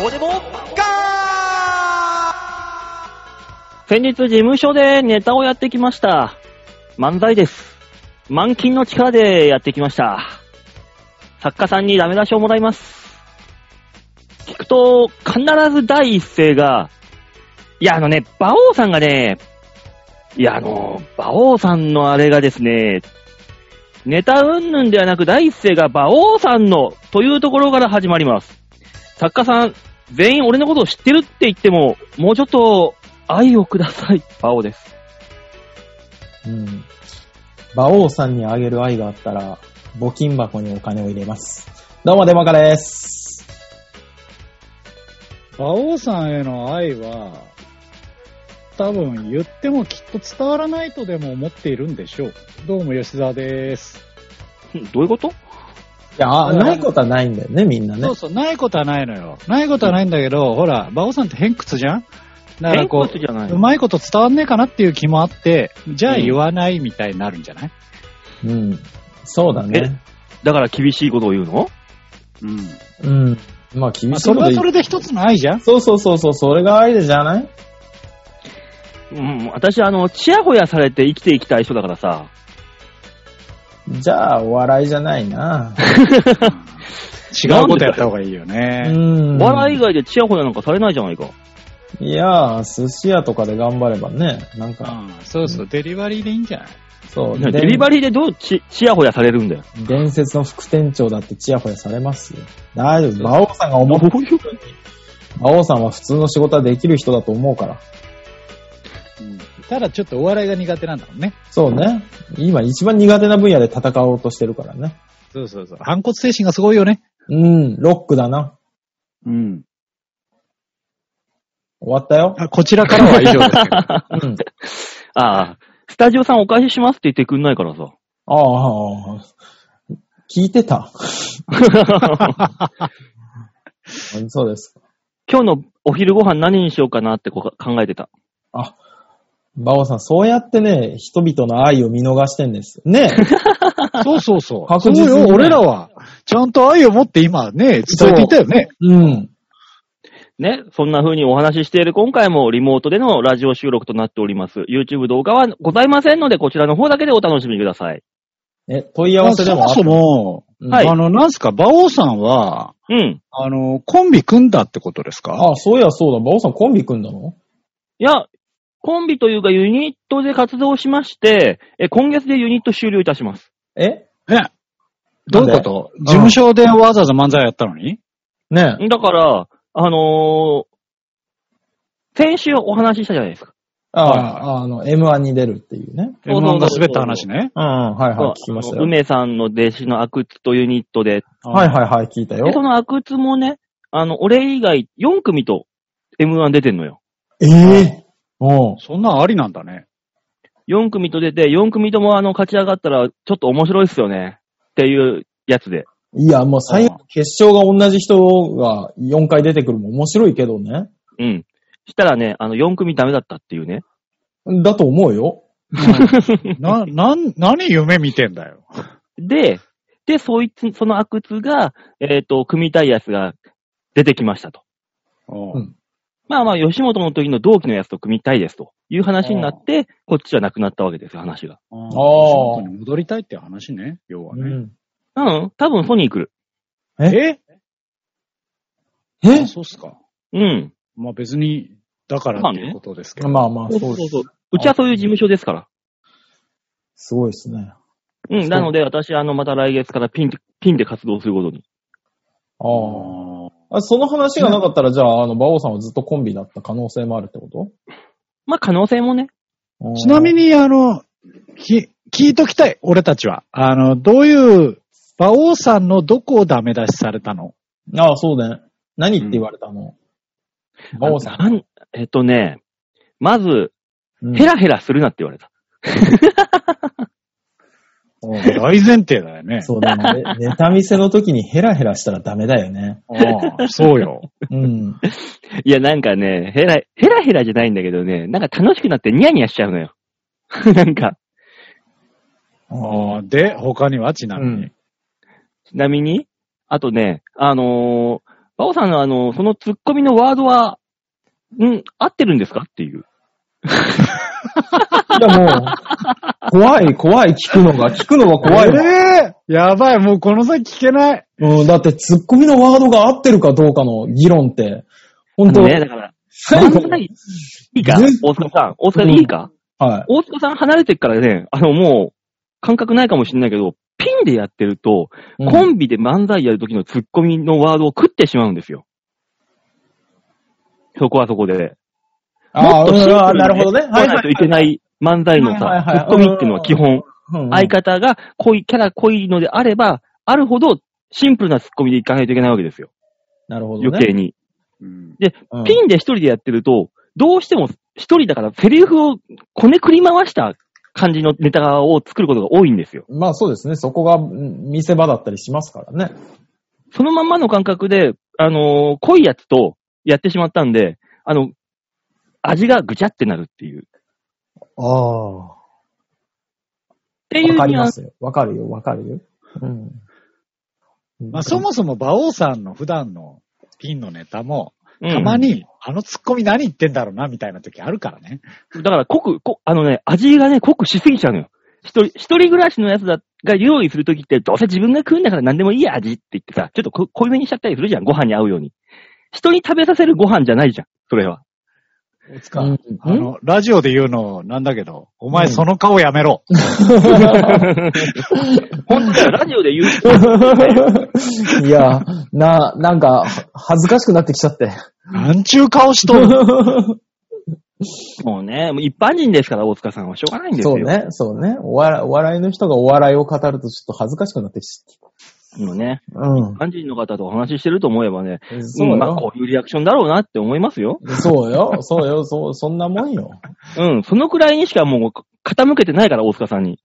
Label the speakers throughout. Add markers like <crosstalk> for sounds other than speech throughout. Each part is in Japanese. Speaker 1: どうでもガ
Speaker 2: 先日事務所でネタをやってきました。漫才です。満勤の力でやってきました。作家さんにダメ出しをもらいます。聞くと、必ず第一声が、いや、あのね、馬王さんがね、いや、あの、馬王さんのあれがですね、ネタ云々ではなく第一声が馬王さんのというところから始まります。作家さん、全員俺のことを知ってるって言っても、もうちょっと愛をください。馬王です。
Speaker 3: うん。馬王さんにあげる愛があったら、募金箱にお金を入れます。どうも、デモカです。
Speaker 4: 馬王さんへの愛は、多分言ってもきっと伝わらないとでも思っているんでしょう。どうも吉沢です。
Speaker 2: どういうこと
Speaker 3: いや、あ
Speaker 4: うん
Speaker 3: ないことはないんだよね、みんなね
Speaker 4: そう。そう、ないことはないのよ。ないことはないんだけど、ほら、馬王さんって偏屈じゃんだから
Speaker 2: 偏
Speaker 4: こ、
Speaker 2: 屈じゃないう
Speaker 4: う。まいこと伝わんねえかなっていう気もあって、じゃあ
Speaker 2: うん
Speaker 4: 言わないみたいになるんじゃない
Speaker 3: うん。そうだね。
Speaker 2: だから厳しいことを言うの
Speaker 4: うん。
Speaker 3: うん。まあ、厳
Speaker 4: まあ、
Speaker 3: しい
Speaker 4: そ
Speaker 3: こ
Speaker 4: れ
Speaker 3: と
Speaker 4: は
Speaker 3: 言
Speaker 4: そうれで一つの愛じゃん
Speaker 3: そうそうそうそう、それが愛じゃない
Speaker 2: うん、私、あの、ちやほやされて生きていきたい人だからさ。
Speaker 3: じゃあ、お笑いじゃないな。
Speaker 4: 違うことやった方がいいよ
Speaker 3: う
Speaker 4: ね。
Speaker 3: ん。
Speaker 2: お笑い以外でちやほやなんかされないじゃないか。
Speaker 3: いや、寿司屋とかで頑張ればね、なん
Speaker 4: う
Speaker 3: か、
Speaker 4: ん、そうそう、デリバリーでいいんじゃない
Speaker 3: そう、
Speaker 2: デリバリーでどうち、ちやほやされるんだよ。
Speaker 3: 伝説の副店長だってチヤホヤされますよ。大丈夫。馬王さんが思ってるように。馬王さんは普通の仕事はできる人だと思うから。
Speaker 4: うんただちょっとお笑いが苦手なんだもんね。
Speaker 3: そうね。今一番苦手な分野で戦おうとしてるからね。
Speaker 4: そうそうそう。反骨精神がすごいよね。
Speaker 3: うん、ロックだな。
Speaker 4: うん。
Speaker 3: 終わったよ。
Speaker 4: あこちらからは以上ですけど。
Speaker 3: うん。
Speaker 2: ああ、スタジオさんお返ししますって言ってくんないから <laughs> さ。
Speaker 3: ああ、聞いてた。そうです。
Speaker 2: 今日のお昼ご飯何にしようかなってこう考えてた。
Speaker 3: あ、馬王さん、そうやってね、人々の愛を見逃してんです。ねえ
Speaker 4: <laughs> そうそうそう。
Speaker 3: 確実にね
Speaker 4: そうよ、俺らは。ちゃんと愛を持って今ね、伝えていたよね。
Speaker 3: うん。
Speaker 2: ね、そんな風にお話ししている今回もリモートでのラジオ収録となっております。YouTube 動画はございませんので、こちらの方だけでお楽しみください。
Speaker 3: え、問い合わせで
Speaker 4: そ
Speaker 3: もあ
Speaker 4: も
Speaker 3: っ
Speaker 4: そも、
Speaker 3: うん
Speaker 2: はい
Speaker 4: あの、なんすか、馬王さんは、
Speaker 2: うん。
Speaker 4: あの、コンビ組んだってことですか
Speaker 3: あ、そういやそうだ。馬王さんコンビ組んだの
Speaker 2: いや、コンビというかユニットで活動しまして、え今月でユニット終了いたします。
Speaker 3: え
Speaker 4: ね。どういうこと
Speaker 3: ん
Speaker 4: 事務所でわざわざ漫才やったのに
Speaker 3: ねえ。
Speaker 2: だから、あのー、先週お話ししたじゃないですか。
Speaker 3: あ
Speaker 4: はい
Speaker 3: あ、あの、M1 に出るっていうね。
Speaker 2: そうそう
Speaker 4: ?M1 が滑った話ね。
Speaker 3: うん、はいはい、聞きましたよ。
Speaker 2: 梅さんの弟子の阿久津とユニットで、
Speaker 3: はいはいはい、聞いたよ
Speaker 2: で、。その阿久津もね、あの、俺以外4組と M1 出てんのよ。
Speaker 3: ええおう
Speaker 4: そんなんありなんだね。
Speaker 2: 4組と出て、4組ともあの、勝ち上がったら、ちょっと面白いっすよね。っていうやつで。
Speaker 3: いや、もう最後、決勝が同じ人が4回出てくるも面白いけどね。
Speaker 2: うん。したらね、あの、4組ダメだったっていうね。
Speaker 3: だと思うよ。
Speaker 4: な、なん、何夢見てんだよ。
Speaker 2: で、で、そいつ、その阿久津が、えっ、と、組みたいやつが出てきましたと。
Speaker 4: うん
Speaker 3: うん
Speaker 2: まあまあ、吉本の時の同期のやつと組みたいですという話になって、こっちはなくなったわけですよ、話が。
Speaker 4: ああ
Speaker 3: ー
Speaker 4: 仕事に戻りたいって話ね、要は
Speaker 3: う
Speaker 4: ね。
Speaker 3: ん。
Speaker 2: うん、多分ソニー来る。
Speaker 4: え
Speaker 3: え
Speaker 4: あそうっすか。
Speaker 2: うん。
Speaker 4: まあ別に、だから
Speaker 2: まあ
Speaker 4: っ
Speaker 2: ね
Speaker 4: ていうことですけど。
Speaker 3: まあまあ、
Speaker 2: そう
Speaker 3: そ
Speaker 2: そうう
Speaker 3: です。
Speaker 2: そう。うちはそういう事務所ですから。
Speaker 3: すごいですね。
Speaker 2: うん、なので私、あの、また来月からピン、ピンで活動することに。
Speaker 3: あーあ。その話がなかったら、じゃあ、あの、馬王さんはずっとコンビだった可能性もあるってこと
Speaker 2: まあ、可能性もね。
Speaker 3: あー
Speaker 4: ちなみに、あの、き、聞いときたい、俺たちは。あの、どういう、馬王さんのどこをダメ出しされたの
Speaker 3: ああ、そうだね。何って言われたの馬王さ
Speaker 2: あなんえっとね、まず、
Speaker 3: ん。うん
Speaker 2: ヘラヘラするなって言われた。
Speaker 3: おう
Speaker 4: 大前提だよね。
Speaker 3: そうだね。 <laughs> ネネタ見せの時にヘラヘラしたらダメだよね。
Speaker 4: ああそうよ。
Speaker 3: うん。
Speaker 2: いや、なんかね、ヘラ、ヘラヘラじゃないんだけどね、なんか楽しくなってニヤニヤしちゃうのよ。 <laughs> なんか、
Speaker 4: ああで、他にはちなみに。
Speaker 3: うん
Speaker 2: ちなみに、あとね、あのーバオさんのあの、そのツッコミのワードは、ん、合ってるんですかっていう。
Speaker 3: いやもう、怖い、怖い、聞くのが、聞くのが怖いわ。
Speaker 4: えーやばい、もうこの先聞けない。
Speaker 3: うん、だって、ツッコミのワードが合ってるかどうかの議論って、本当、
Speaker 2: ね、だから、
Speaker 3: 最後
Speaker 2: 漫、才いいか
Speaker 3: ね
Speaker 2: 大塚さん、大塚でいいか、
Speaker 3: はい。
Speaker 2: 大塚さん離れてっからね、あのもう、感覚ないかもしれないけど、ピンでやってると、
Speaker 3: うん
Speaker 2: コンビで漫才やるときのツッコミのワードを食ってしまうんですよ。そこはそこで。
Speaker 3: あ
Speaker 2: もっとシンプルにね
Speaker 3: あ、うんなるほどね。
Speaker 2: 来ないといけない漫才の
Speaker 3: はい
Speaker 2: さ、
Speaker 3: はいはい
Speaker 2: ツッコミっていうのは基本、
Speaker 3: うん
Speaker 2: 相方が濃い、キャラ濃いのであれば、あるほどシンプルなツッコミでいかないといけないわけですよ。
Speaker 3: なるほどね。
Speaker 2: 余計に。
Speaker 4: うん
Speaker 3: うん
Speaker 2: ピンで一人でやってると、どうしても一人だからセリフをこねくり回した感じのネタを作ることが多いんですよ。
Speaker 3: まあそうですね。そこがうん見せ場だったりしますからね。
Speaker 2: そのまんまの感覚で、あのー濃いやつとやってしまったんで、あの、味がぐちゃってなるっていう。っ
Speaker 3: ああ。わ
Speaker 2: ていうニ
Speaker 3: かり
Speaker 2: ュア
Speaker 3: ま
Speaker 2: ンス。
Speaker 3: すよ。わかるよ、わかるよ。うん。
Speaker 4: まあ、そもそも馬王さんの普段のピンのネタも、
Speaker 2: うん
Speaker 4: たまに、あのツッコミ何言ってんだろうな、みたいな時あるからね。
Speaker 2: だから濃く、こあのね、味がね、濃くしすぎちゃうのよ。一人、一人暮らしのやつだが料理するときって、どうせ自分が食うんだから何でもいいや味って言ってさ、ちょっとこ濃いめにしちゃったりするじゃん、ご飯に合うように。人に食べさせるご飯じゃないじゃん、それは。
Speaker 3: <laughs>
Speaker 4: 大塚、
Speaker 3: うん
Speaker 4: あの、ラジオで言うのなんだけど、お前その顔やめろ。
Speaker 2: 本当だよ、ラジオで言う。
Speaker 3: <laughs> いや、な、なんか、恥ずかしくなってきちゃって。
Speaker 4: なんちゅう顔しと <laughs> んの
Speaker 2: もうね、もう一般人ですから、大塚さんはしょうがないんですよ。
Speaker 3: そうね、そうね。お笑いお笑いの人がお笑いを語るとちょっと恥ずかしくなってきちゃって。
Speaker 2: もうね、
Speaker 3: うん
Speaker 2: 一。般人の方とお話ししてると思えばね、
Speaker 3: そう
Speaker 2: うん、まあ
Speaker 3: よ。
Speaker 2: こういうリアクションだろうなって思いますよ。
Speaker 3: そうよ、そうよ、そう、そんなもんよ。
Speaker 2: うん、そのくらいにしかもう傾けてないから、大塚さんに。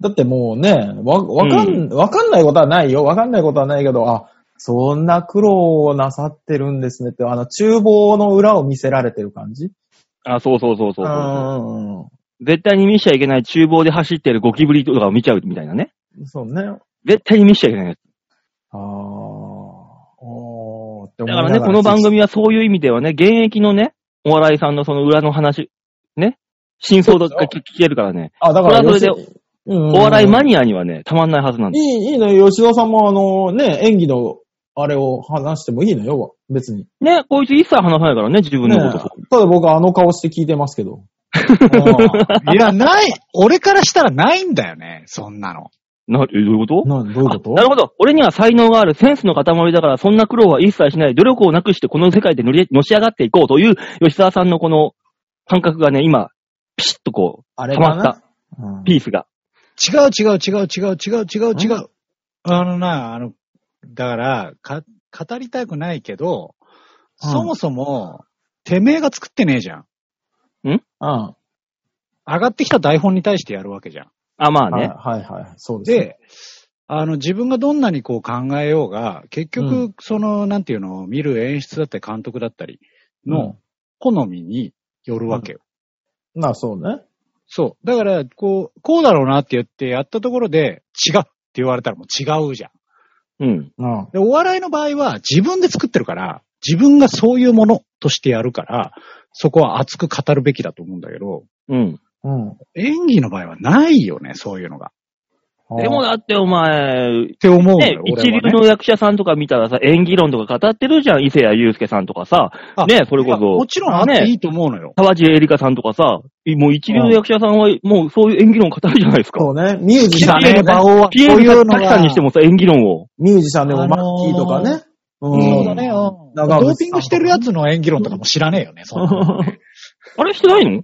Speaker 3: だってもうね、わ、わかん、わかんないことはないよ。わかんないことはないけど、あ、そんな苦労をなさってるんですねって、あの、厨房の裏を見せられてる感じ
Speaker 2: あ、そうそうそうそうそう。
Speaker 3: んうん
Speaker 2: 絶対に見しちゃいけない厨房で走ってるゴキブリとかを見ちゃうみたいなね。
Speaker 3: うん。そうね。
Speaker 2: 絶対に見しちゃいけないやつ。
Speaker 3: あー。おーっ
Speaker 2: だ
Speaker 3: て
Speaker 2: か
Speaker 3: 思いな
Speaker 2: らね、この番。組はそういう意味ではね、現役のね、お笑いさんのその裏の話、ね、真相が聞けるからね、
Speaker 3: あ、だから、
Speaker 2: これはそれで
Speaker 3: 吉うん
Speaker 2: お笑いマニアにはね、たまんないはずなん
Speaker 3: い
Speaker 2: です。
Speaker 3: い、いいのよ。吉田さんも、あの、ね、演技の、あれを話してもいいのよ、別に。
Speaker 2: ね、こいつ一切話さないからね、自分
Speaker 3: ね
Speaker 2: のこと。
Speaker 3: ただ僕はあの顔して聞いてますけど。
Speaker 4: いや、ない。俺からしたらないんだよね、そんなの。
Speaker 2: な、えどういうこと
Speaker 3: な、どういうこ
Speaker 2: あ
Speaker 3: と
Speaker 2: なるほど。俺には才能がある、センスの塊だから、そんな苦労は一切しない、努力をなくしてこの世界で乗り、のし上がっていこうという、吉沢さんのこの感覚がね、今、ピシッとこ
Speaker 3: あ
Speaker 2: う、
Speaker 3: れ
Speaker 2: 溜
Speaker 3: か
Speaker 2: まっ
Speaker 3: な
Speaker 2: た、
Speaker 3: うん
Speaker 2: ピースが。
Speaker 4: 違う違う違う違う違う違う違う。あのな、あの、だから、か、語りたくないけど、
Speaker 3: うん
Speaker 4: そもそも、てめえが作ってねえじゃん。
Speaker 3: うん。
Speaker 4: 上がってきた台本に対してやるわけじゃん。
Speaker 2: あ、まあ
Speaker 3: はい
Speaker 2: ね。
Speaker 3: はいはい。そうですね。
Speaker 4: で、あの、自分がどんなにこう考えようが、結局、
Speaker 3: う
Speaker 4: その、なんていうの、見る演出だったり監督だったりの好みによるわけよ。
Speaker 3: うん、まあそうね。
Speaker 4: そう。だから、こう、こうだろうなって言ってやったところで、違うって言われたらもう違うじゃん。
Speaker 2: うん。
Speaker 3: うん。
Speaker 4: で、お笑いの場合は自分で作ってるから、自分がそういうものとしてやるから、そこは熱く語るべきだと思うんだけど、
Speaker 2: うん。
Speaker 3: うん。
Speaker 4: 演技の場合はないよね、そういうのが。
Speaker 2: でも
Speaker 3: あー、
Speaker 2: だってお前、
Speaker 4: って思うんだ
Speaker 2: ね
Speaker 4: よ、、
Speaker 2: 一
Speaker 4: 俺は
Speaker 2: 流
Speaker 4: ね。
Speaker 2: の役者さんとか見たらさ、演技論とか語ってるじゃん。伊勢谷友介さんとかさ、
Speaker 4: あ
Speaker 2: ね、それこそ
Speaker 4: いやもちろんあっていいと思うのよ。
Speaker 2: 沢地エリカさんとかさ、もう一流の役者さんはもうそういう演技論語るじゃないですか。
Speaker 3: そうね。ミュージシ
Speaker 4: 好き
Speaker 3: ャ
Speaker 4: だ
Speaker 3: ンで
Speaker 4: ね、
Speaker 3: もね
Speaker 4: 馬王は。
Speaker 2: ピエ
Speaker 4: そう
Speaker 2: ー
Speaker 4: いう
Speaker 2: ル・
Speaker 4: の
Speaker 2: タキさんにして
Speaker 4: も。
Speaker 2: もさ、演技論を。
Speaker 3: ミュージシャンでも
Speaker 4: あ
Speaker 3: マ
Speaker 4: のー
Speaker 3: ッキーとかね。う
Speaker 4: そうだね、うん。ド
Speaker 3: 長渕さん
Speaker 4: ーピングしてるやつの演技論とかも知らねえよね、そんな
Speaker 2: <laughs>
Speaker 4: の
Speaker 2: あれしてないの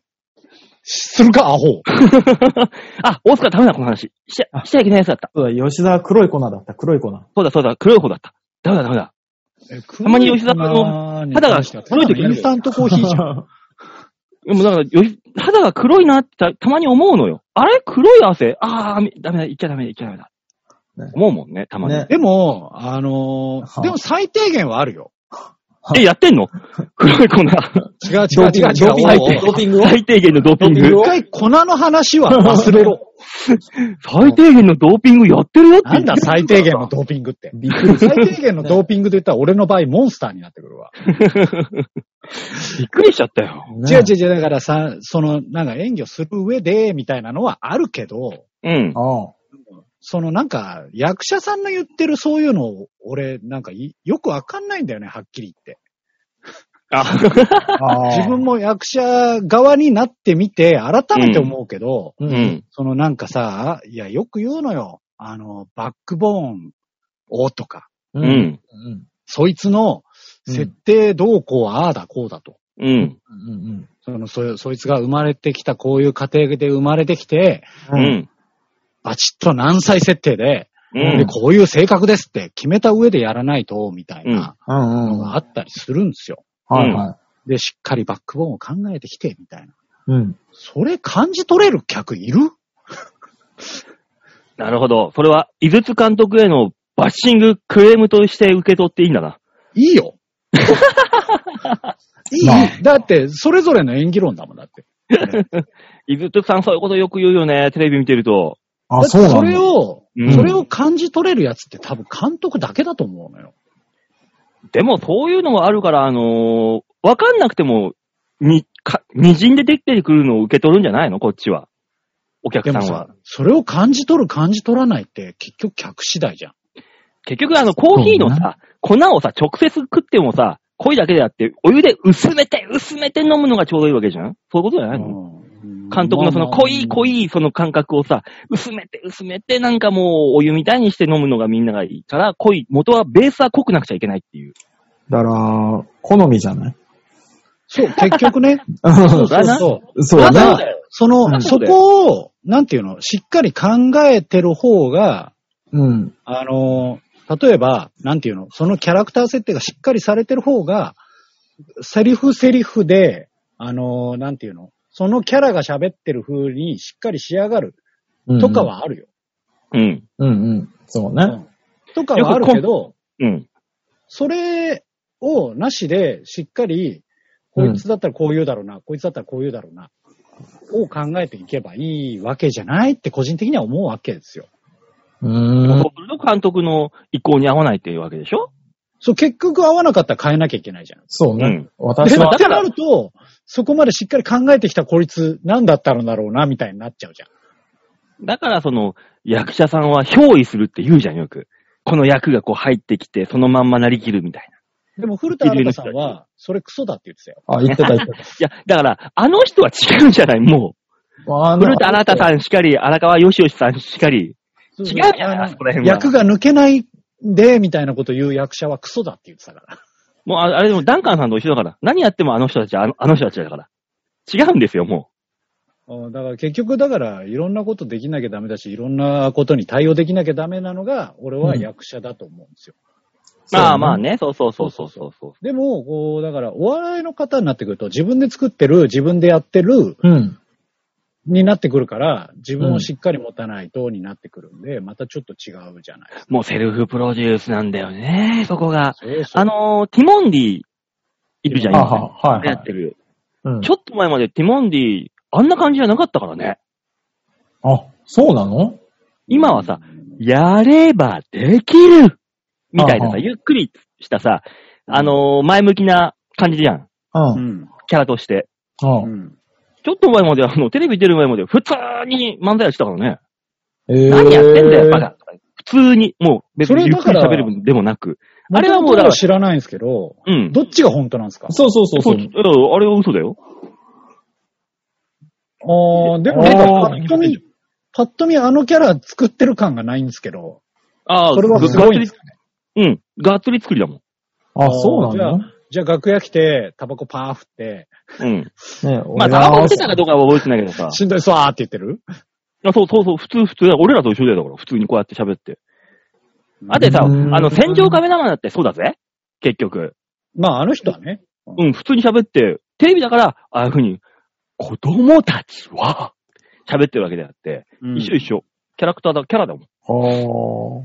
Speaker 4: するか、アホ。
Speaker 2: <laughs> あ、大塚ダメだ、この話。しちゃ、しちゃいけないやつだった。
Speaker 3: <laughs> そうだ、吉田は黒い粉だった、黒い粉。
Speaker 2: そうだ、そうだ、黒い方だった。ダメだ、ダメだ。
Speaker 4: た
Speaker 2: まに吉田さんの肌が黒い時あるよ
Speaker 4: インスタントコーヒ
Speaker 3: <laughs>
Speaker 4: ーじゃん。
Speaker 2: でもだから、よし肌が黒いなってたたまに思うのよ。あれ黒い汗あー、みダメだ、いっちゃダメだ、いっちゃダメだ。
Speaker 3: ね
Speaker 2: 思うもんね、たまに。
Speaker 3: ね
Speaker 4: でも、あのー
Speaker 3: はあ
Speaker 4: でも最低限はあるよ。
Speaker 2: え、やってんの黒い粉。
Speaker 4: 違う違
Speaker 3: ド
Speaker 4: う
Speaker 3: ーピ
Speaker 4: 違
Speaker 3: ング
Speaker 4: う違う。
Speaker 2: ピング
Speaker 4: おいおい
Speaker 3: ドーピングを
Speaker 2: 最低限のドーピン
Speaker 3: ドーピング
Speaker 2: グ
Speaker 3: を
Speaker 4: 一。回粉の話は忘れろ。
Speaker 2: 最低限のドーピングやってるよって
Speaker 4: なんだ最低限のドーピングって。
Speaker 3: びっくりした。
Speaker 4: 最低限のドーピングで言ったら俺の場合モンスターになってくるわ。
Speaker 2: びっくりしちゃったよ。
Speaker 4: 違う
Speaker 3: う。
Speaker 4: 違う違う。だからさ、その、なんか演技をする上で、みたいなのはあるけど、
Speaker 2: うん。
Speaker 3: あ
Speaker 4: そのなんか、役者さんの言ってるそういうのを、俺、なんかい、よくわかんないんだよね、はっきり言って。
Speaker 2: あ、
Speaker 3: あああ
Speaker 4: 自分も役者側になってみて、改めて思うけど、
Speaker 3: う。
Speaker 2: うんん。
Speaker 4: そのなんかさ、いや、よく言うのよ。あの、バックボーンをとか、
Speaker 3: う
Speaker 2: う。ん。
Speaker 3: うん。
Speaker 4: そいつの設定どうこう、ああだこうだと。
Speaker 2: うん。
Speaker 3: うん。
Speaker 4: その、そ、そいつが生まれてきた、こういう家庭で生まれてきて、
Speaker 2: う。ん。
Speaker 4: バチッと何歳設定で、
Speaker 2: うん
Speaker 4: で、。こういう性格ですって決めた上でやらないと、みたいな
Speaker 3: うん
Speaker 4: の
Speaker 3: うん。
Speaker 4: が
Speaker 3: は
Speaker 4: あったりするんですよ。
Speaker 3: いは
Speaker 4: で、しっかりバックボーンを考えてきて、みたいな。
Speaker 3: い。うん。
Speaker 4: それ感じ取れる客いる
Speaker 2: なるほど。それは、井筒監督へのバッシング、クレームとして受け取っていいんだな。
Speaker 4: いい
Speaker 2: <laughs>
Speaker 4: よ。い
Speaker 3: まあ
Speaker 4: い。だって、それぞれの演技論だもん、だって。
Speaker 2: 井筒さんそういうことよく言うよね、テレビ見てると。
Speaker 3: あ、
Speaker 4: だ
Speaker 3: そう
Speaker 4: っ
Speaker 3: な
Speaker 4: て
Speaker 3: んだ。
Speaker 4: それを、
Speaker 2: うん
Speaker 4: それを感じ取れるやつって多分監督だけだと思うのよ。
Speaker 2: でも、そういうのがあるから、あのーわかんなくても、に、か、にじんでできてくるのを受け取るんじゃないのこっちは。お客
Speaker 4: で
Speaker 2: さ
Speaker 4: も
Speaker 2: ん
Speaker 4: さ
Speaker 2: は。、
Speaker 4: それを感じ取る、感じ取らないって、結局客次第じゃん。
Speaker 2: 結局、あの、コーヒーのさ、粉をさ、直接食ってもさ、濃いだけであって、お湯で薄めて、薄めて飲むのがちょうどいいわけじゃんそういうことじゃないの、
Speaker 4: うん
Speaker 2: 監督のその濃い濃。
Speaker 4: まあまあ
Speaker 2: いその感覚をさ、薄めて薄めてなんかもうお湯みたいにして飲むのがみんながいいから、濃い、元はベースは濃くなくちゃいけないっていう。
Speaker 3: だから、好みじゃない <laughs>
Speaker 4: そう、結
Speaker 2: <laughs>
Speaker 4: 局ね。そうそうそう。
Speaker 3: そう
Speaker 4: た
Speaker 3: だ
Speaker 4: だ。、その、そこを、なんていうの、しっかり考えてる方が、
Speaker 3: うん。
Speaker 4: あの、例えば、なんていうの、そのキャラクター設定がしっかりされてる方が、セリフセリフで、あの、なんていうの、そのキャラが喋ってる風にしっかり仕上がる
Speaker 3: うん
Speaker 4: とか。はあるよ。
Speaker 2: うん。
Speaker 3: うんうん。そう
Speaker 4: う
Speaker 3: ね。
Speaker 4: んとかはあるけど、
Speaker 2: うん。
Speaker 4: それをなしでしっかり、こいつだったらこう言うだろうな、こいつだったらこう言うだろうな、を考えていけばいいわけじゃないって個人的には思うわけですよ。
Speaker 3: う
Speaker 2: そ
Speaker 3: ーん。
Speaker 2: れと監督の意向に合わないっていうわけでしょ
Speaker 4: そう、結局合わなかったら変えなきゃいけないじゃん。
Speaker 3: そう
Speaker 2: う
Speaker 3: ね
Speaker 2: ん。
Speaker 3: 私
Speaker 2: ま
Speaker 3: は
Speaker 2: あだ
Speaker 4: って
Speaker 2: から
Speaker 4: なると、そこまでしっかり考えてきたこいつ何だったんだろうな、みたいになっちゃうじゃん。
Speaker 2: だからその役者さんは憑依するって言うじゃんよく。この役がこう入ってきて、そのまんまなりきるみたいな。
Speaker 4: でも古田新太さんは、それクソだって言ってたよ。
Speaker 3: あ、言ってた言って
Speaker 2: いや、だから、あの人は違うんじゃないも
Speaker 3: た。あ
Speaker 2: う。<laughs>
Speaker 3: な
Speaker 2: 古田新太さんしかり、荒川よしよしさんしかり。
Speaker 4: 違
Speaker 2: うじゃないそこら辺は
Speaker 4: 役が抜けないんで、みたいなこと言う役者はクソだって言ってたから。
Speaker 2: もうああれでもダンカンさんと一緒だから。何やってもあの人たちはあのあの人たちだから。違うんですよ、もう。
Speaker 4: うんだから結局、だから、いろんなことできなきゃダメだし、いろんなことに対応できなきゃダメなのが、俺は役者だと思うんですよ。
Speaker 3: そうね
Speaker 2: まあまあね、そうそうそうそうそうそう。
Speaker 4: でも、こう、だから、お笑いの方になってくると、自分で作ってる、自分でやってる、
Speaker 3: うん。
Speaker 4: になってくるから、自分をしっかり持たないと、になってくるんで、またちょっと違うじゃないですか。
Speaker 2: もうセルフプロデュースなんだよね、そこが。
Speaker 4: そうそう
Speaker 2: あのー、ティモンディ、いるじゃん、
Speaker 3: あ
Speaker 2: 今、
Speaker 3: は、はい
Speaker 2: や
Speaker 3: は
Speaker 2: っ
Speaker 3: い。
Speaker 2: てる。
Speaker 3: うん
Speaker 2: ちょっと前までティモンディ、あんな感じじゃなかったからね。
Speaker 3: あ、そうなの
Speaker 2: 今はさ、やればできるみたいな
Speaker 3: あ
Speaker 2: さ、
Speaker 3: は
Speaker 2: ゆっくりしたさ、あのー、前向きな感じじゃん、
Speaker 3: うん。う。
Speaker 4: うんん。
Speaker 2: キャラとして。
Speaker 4: うん。
Speaker 2: ちょっと前まで、あの、テレビ出る前まで、普通に漫才をしたからね。
Speaker 3: ええ。
Speaker 2: 何やってんだよ、バカ。普通に、もう、別に
Speaker 4: そ
Speaker 2: ゆ
Speaker 4: れ
Speaker 2: っ
Speaker 4: だ
Speaker 2: く
Speaker 4: か
Speaker 2: り
Speaker 4: ら
Speaker 2: 喋るでもなく。あ
Speaker 4: あ
Speaker 2: れ
Speaker 4: れ
Speaker 2: は
Speaker 4: は
Speaker 2: も
Speaker 4: も
Speaker 2: うだ
Speaker 4: う
Speaker 2: から
Speaker 4: 知らないんですけど、
Speaker 2: うん。
Speaker 4: どっちが本当なんですか
Speaker 3: そうそうそうそ
Speaker 2: そうう、。うんあれは嘘だよ。
Speaker 4: あーでもなんか、パッと見、パッと見あのキャラ作ってる感がないんですけど、
Speaker 2: ああ、
Speaker 4: それは
Speaker 2: が
Speaker 4: すごいん
Speaker 2: が
Speaker 4: で
Speaker 2: っつ
Speaker 4: す
Speaker 2: りうん。がっつり作りだもん。
Speaker 3: あ、そうなのね
Speaker 4: じゃあ楽屋来て、タバコパー振って、
Speaker 2: うん。ま
Speaker 3: 俺
Speaker 2: あ、
Speaker 3: は
Speaker 2: タバコしてたかどうかは覚えてないけどさ。
Speaker 4: しんどいそうーって言ってる
Speaker 2: あそうそうそう、普通普通だ。俺らと一緒だよ、だから。普通にこうやって喋って。あてさ、あ
Speaker 3: うん
Speaker 2: の、戦場カメラマンだってそうだぜ。結局。
Speaker 4: まああの人はね、
Speaker 2: うん、普通に喋って、テレビだから、ああいうふうに、子供たちは、喋ってるわけであって、一緒一緒。キャラクターだ、キャラだもん。
Speaker 3: あー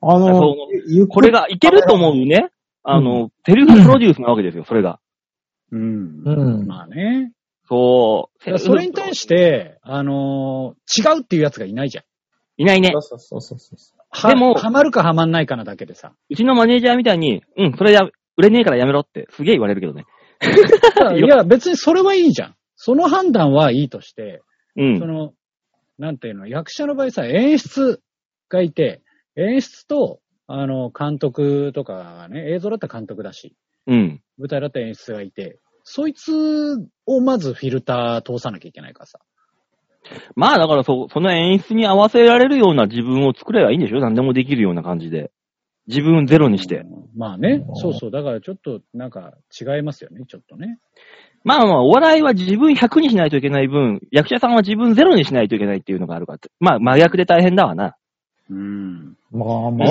Speaker 3: あ
Speaker 2: そ
Speaker 3: の
Speaker 2: う、
Speaker 3: ゆっくり
Speaker 2: これがいけると思うね。あの、セルフプロデュースなわけですよ、それが。
Speaker 4: うん。
Speaker 3: うん
Speaker 4: まあね。
Speaker 2: そう。、
Speaker 4: それに対してて、あのー違うっていうやつがいないじゃん。
Speaker 2: いないね。
Speaker 3: そうそうそうそうそ
Speaker 4: は
Speaker 2: でも
Speaker 4: はまるかはまんないかなだけでさ。
Speaker 2: うちのマネージャーみたいに、うん、それや、売れねえからやめろって、すげえ言われるけどね。
Speaker 4: いや、別にそれはいいじゃん。その判断はいいとして、
Speaker 2: う
Speaker 4: そ
Speaker 2: ん。
Speaker 4: の、なんていうの、役者の場合さ、演出がいて、演出と、あの、監督とかがね、映像だったら監督だし、
Speaker 2: うん。
Speaker 4: 舞台だったら演出がいて、そいつをまずフィルター通さなきゃいけないからさ。
Speaker 2: まあだからそ、その演出に合わせられるような自分を作ればいいんでしょ何でもできるような感じで。自分ゼロにして。
Speaker 4: まあね
Speaker 3: う、ん
Speaker 4: そうそう、だからちょっとなんか違いますよね、ちょっとね。
Speaker 2: まあまあ、お笑いは自分100にしないといけない分、役者さんは自分ゼロにしないといけないっていうのがあるからって。まあ、真逆で大変だわな。
Speaker 4: うん。
Speaker 3: う。まあ、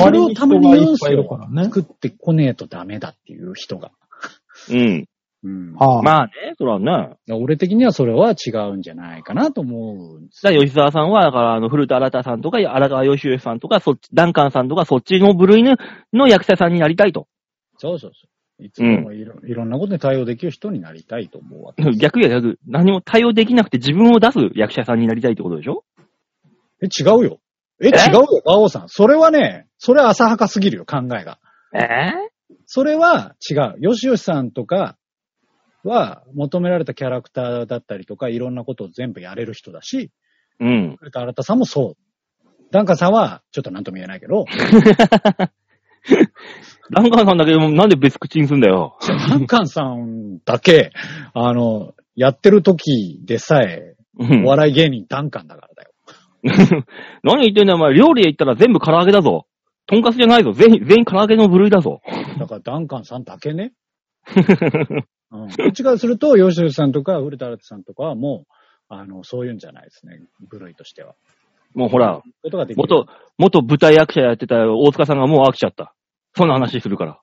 Speaker 3: 周りに人がいっぱいいるからね。
Speaker 4: 作ってこねえとダメだっていう人が。
Speaker 2: うん。
Speaker 4: うん。
Speaker 3: はあ、
Speaker 2: まあね、そらね。
Speaker 4: 俺的にはそれは違うんじゃないかなと思うんです
Speaker 2: だから吉沢さんは、だから、あの、古田新太さんとか、荒川義義さんとか、そっち、ダンカンさんとか、そっちの部類のの役者さんになりたいと。 <laughs>
Speaker 4: そうそうそう。いつでもいろ,、いろんなことに対応できる人になりたいと思うわけです。
Speaker 2: 逆や逆。何も対応できなくて自分を出す役者さんになりたいってことでしょ
Speaker 4: え、違うよ。え、違うよ、馬王さん。それはね、それは浅はかすぎるよ、考えが。
Speaker 2: ええ
Speaker 4: それは違う。よしよしさんとかは求められたキャラクターだったりとか、いろんなことを全部やれる人だし、
Speaker 2: うん。
Speaker 4: 古田新太さんもそう。ダンカンさんは、ちょっとなんとも言えないけど、
Speaker 2: ダンカンさんだけでもなんで別口にすんだよ。
Speaker 4: ダンカンさんだけ、あの、やってる時でさえ、
Speaker 2: うん
Speaker 4: お笑い芸人ダンカンだからだよ。
Speaker 2: <laughs> 何言ってんだよ、お前。料理へ行ったら全部唐揚げだぞ。とんかつじゃないぞ。全員、全員唐揚げの部類だぞ。
Speaker 4: だからダンカンさんだ
Speaker 2: <laughs>
Speaker 4: けね。うん、こっちからすると、吉野さんとか古田新太さんとかはもう、あの、そういうんじゃないですね。部類としては。
Speaker 2: もうほら、
Speaker 4: ことができる。
Speaker 2: 元、元舞台役者やってた大塚さんがもう飽きちゃった。そんな話するから。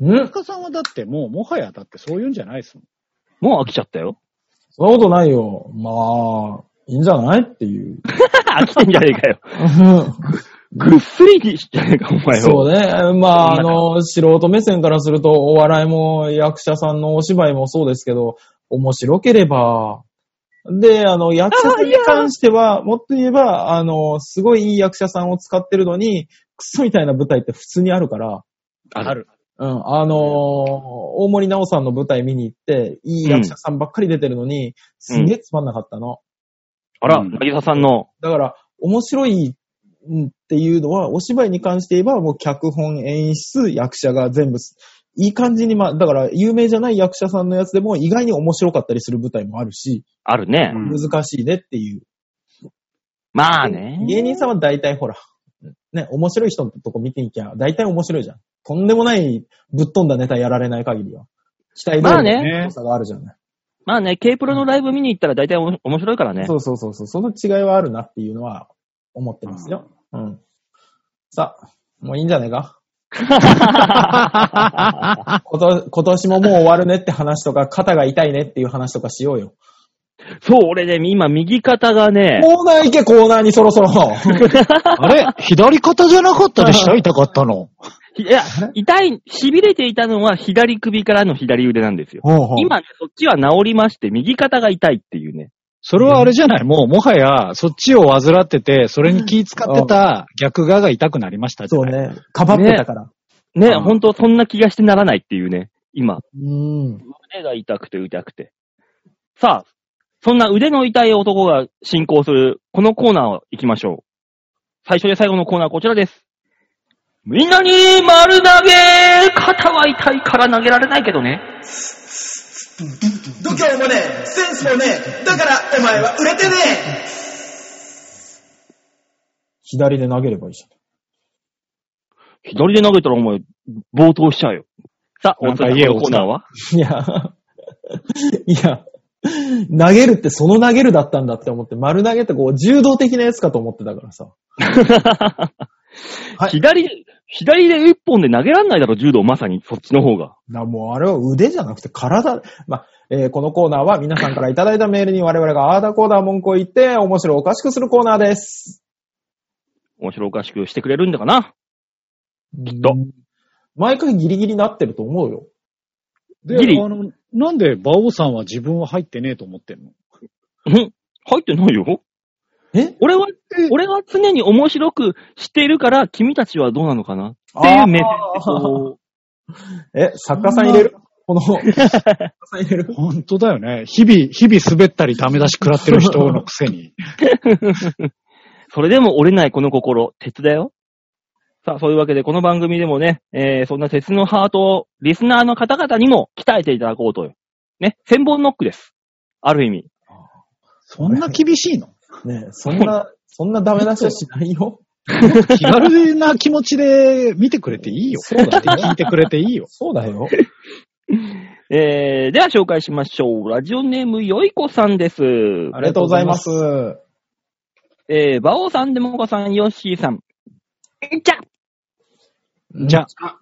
Speaker 3: うん
Speaker 4: 田中さんはだってもう、もはやだってそういうんじゃないですもん。
Speaker 2: もう飽きちゃったよ。 <laughs>
Speaker 3: そんなことないよ。まあ、いいんじゃないっていう。
Speaker 2: 飽きてんじゃねえかよ。ぐっすりにしじゃねえか、お前を。
Speaker 3: そうね。まあ、あ
Speaker 2: そんな
Speaker 3: の、素人目線からすると、お笑いも役者さんのお芝居もそうですけど、面白ければ、で、あの、役者さんに関しては、もっと言えば、あの、すごいいい役者さんを使ってるのに、クソみたいな舞台って普通にあるから、
Speaker 2: ある。
Speaker 4: る。
Speaker 3: うん、あのー大森奈緒さんの舞台見に行って、いい役者さんばっかり出てるのに、すげえつまんなかったの。
Speaker 2: あら、
Speaker 4: うん
Speaker 2: なぎささんの。
Speaker 3: だから、面白いうんっていうのは、お芝居に関して言えば、もう脚本、演出、役者が全部す、いい感じに、まあ、だから、有名じゃない役者さんのやつでも、意外に面白かったりする舞台もあるし、
Speaker 2: あるね。
Speaker 4: うん
Speaker 3: 難しいねっていう。
Speaker 2: まあね。
Speaker 3: 芸人さんは大体ほら、ね、面白い人のとこ見ていきゃ、大体面白いじゃん。とんでもないぶっ飛んだネタやられない限りは。期待通
Speaker 2: まあ
Speaker 3: り
Speaker 2: ね
Speaker 3: の良さがあるじゃない。
Speaker 2: まあね、K プロのライブ見に行ったら大体おも面白いからね。
Speaker 3: そうそうそうそう。その違いはあるなっていうのは思ってますよ。うん。さあ、もういいんじゃないかこと今年ももう終わるねって話とか、肩が痛いねっていう話とかしようよ。
Speaker 2: そう、俺ね、今右肩がね、
Speaker 3: コーナー行け、コーナーにそろそろ。
Speaker 4: あれ左肩じゃなかった
Speaker 3: でしょ
Speaker 4: 痛かったの。
Speaker 2: ひいや、痛い、痺れていたのは左首からの左腕なんですよ。今ね、そっちは治りまして、右肩が痛いっていうね。
Speaker 4: それはあれじゃ
Speaker 2: <laughs>
Speaker 4: ないもう、もはや、そっちを患ってて、それに気使ってた逆側が痛くなりましたじゃ
Speaker 3: そう
Speaker 4: ない。
Speaker 3: ね。かばってたから。
Speaker 2: ね、
Speaker 4: うん
Speaker 2: ほんとそんな気がしてならないっていうね、今。
Speaker 3: うん。
Speaker 2: 腕が痛くて痛くて。さあ、そんな腕の痛い男が進行する、このコーナーを行きましょう。最初で最後のコーナーはこちらです。みんなに丸投げ肩は痛いから投げられないけどね。
Speaker 1: 度胸もねえ、センスもねえ、だからお前は売れてねえ
Speaker 3: 左で投げればいいじ
Speaker 2: 左で投げたらお前、暴投しちゃうよ。さあ、
Speaker 4: なんか
Speaker 2: 大塚さん
Speaker 4: 家
Speaker 2: こ
Speaker 4: を
Speaker 2: のコーナーは
Speaker 3: ゃん。いや、 <laughs> いや、投げるってその投げるだったんだって思って、丸投げってこう、柔道的なやつかと思ってたからさ。はい
Speaker 2: 左で、左で一本で投げらんないだろ、柔道、まさに、そっちの方が。
Speaker 3: なもうあれは腕じゃなくて体、まあ、えーこのコーナーは皆さんからいただいたメールに我々がアーダコーダー文句を言って、面白おかしくするコーナーです。
Speaker 2: 面白おかしくしてくれるんだかな。
Speaker 3: き
Speaker 2: っと
Speaker 3: 毎回ギリギリなってると思うよ。
Speaker 4: で、
Speaker 2: ギリ
Speaker 4: あの、なんで馬王さんは自分は入ってねえと思ってんの
Speaker 2: ん入ってないよ。
Speaker 3: え
Speaker 2: 俺は
Speaker 4: え、
Speaker 2: 俺は常に面白くしているから、君たちはどうなのかなっていう目線でこ
Speaker 3: え、作家さん入れる
Speaker 2: <laughs>
Speaker 3: この、作家さん入れる
Speaker 4: 本当だよね。日々、日々滑ったりダメ出し食らってる人のく
Speaker 3: <laughs>
Speaker 4: せに。
Speaker 2: うそれでも折れないこの心、鉄だよ。さあ、そういうわけで、この番組でもね、えー、そんな鉄のハートを、リスナーの方々にも鍛えていただこうという。ね、千本ノックです。ある意味。
Speaker 4: そんな厳しいの
Speaker 3: ねそんな、そんなダメ出しはしないよ。
Speaker 4: 気軽な気持ちで見てくれていいよ。
Speaker 3: そうだ
Speaker 4: 聞いてくれていいよ。
Speaker 3: そうだよ。
Speaker 2: えー、では紹介しましょう。ラジオネーム、よいこさんです。
Speaker 3: ありがとうございます。
Speaker 2: えー、バオさん、デモカさん、ヨッシーさん。じゃ
Speaker 4: じゃあ、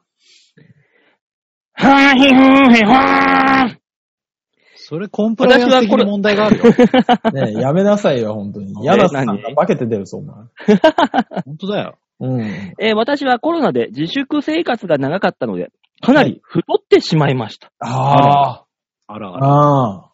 Speaker 2: はーひふーひはー
Speaker 4: それコンプライアンス的に問題があるよ。
Speaker 3: ねやめなさいよ、本当に。
Speaker 2: え
Speaker 3: 嫌ださんが
Speaker 2: 何
Speaker 3: 化けて出るぞ、お
Speaker 4: 本当だよ。
Speaker 3: 前。うん。
Speaker 2: えー私はコロナで自粛生活が長かったので、かなり太ってしまいました。
Speaker 3: ああ、
Speaker 4: あらあら。
Speaker 3: あ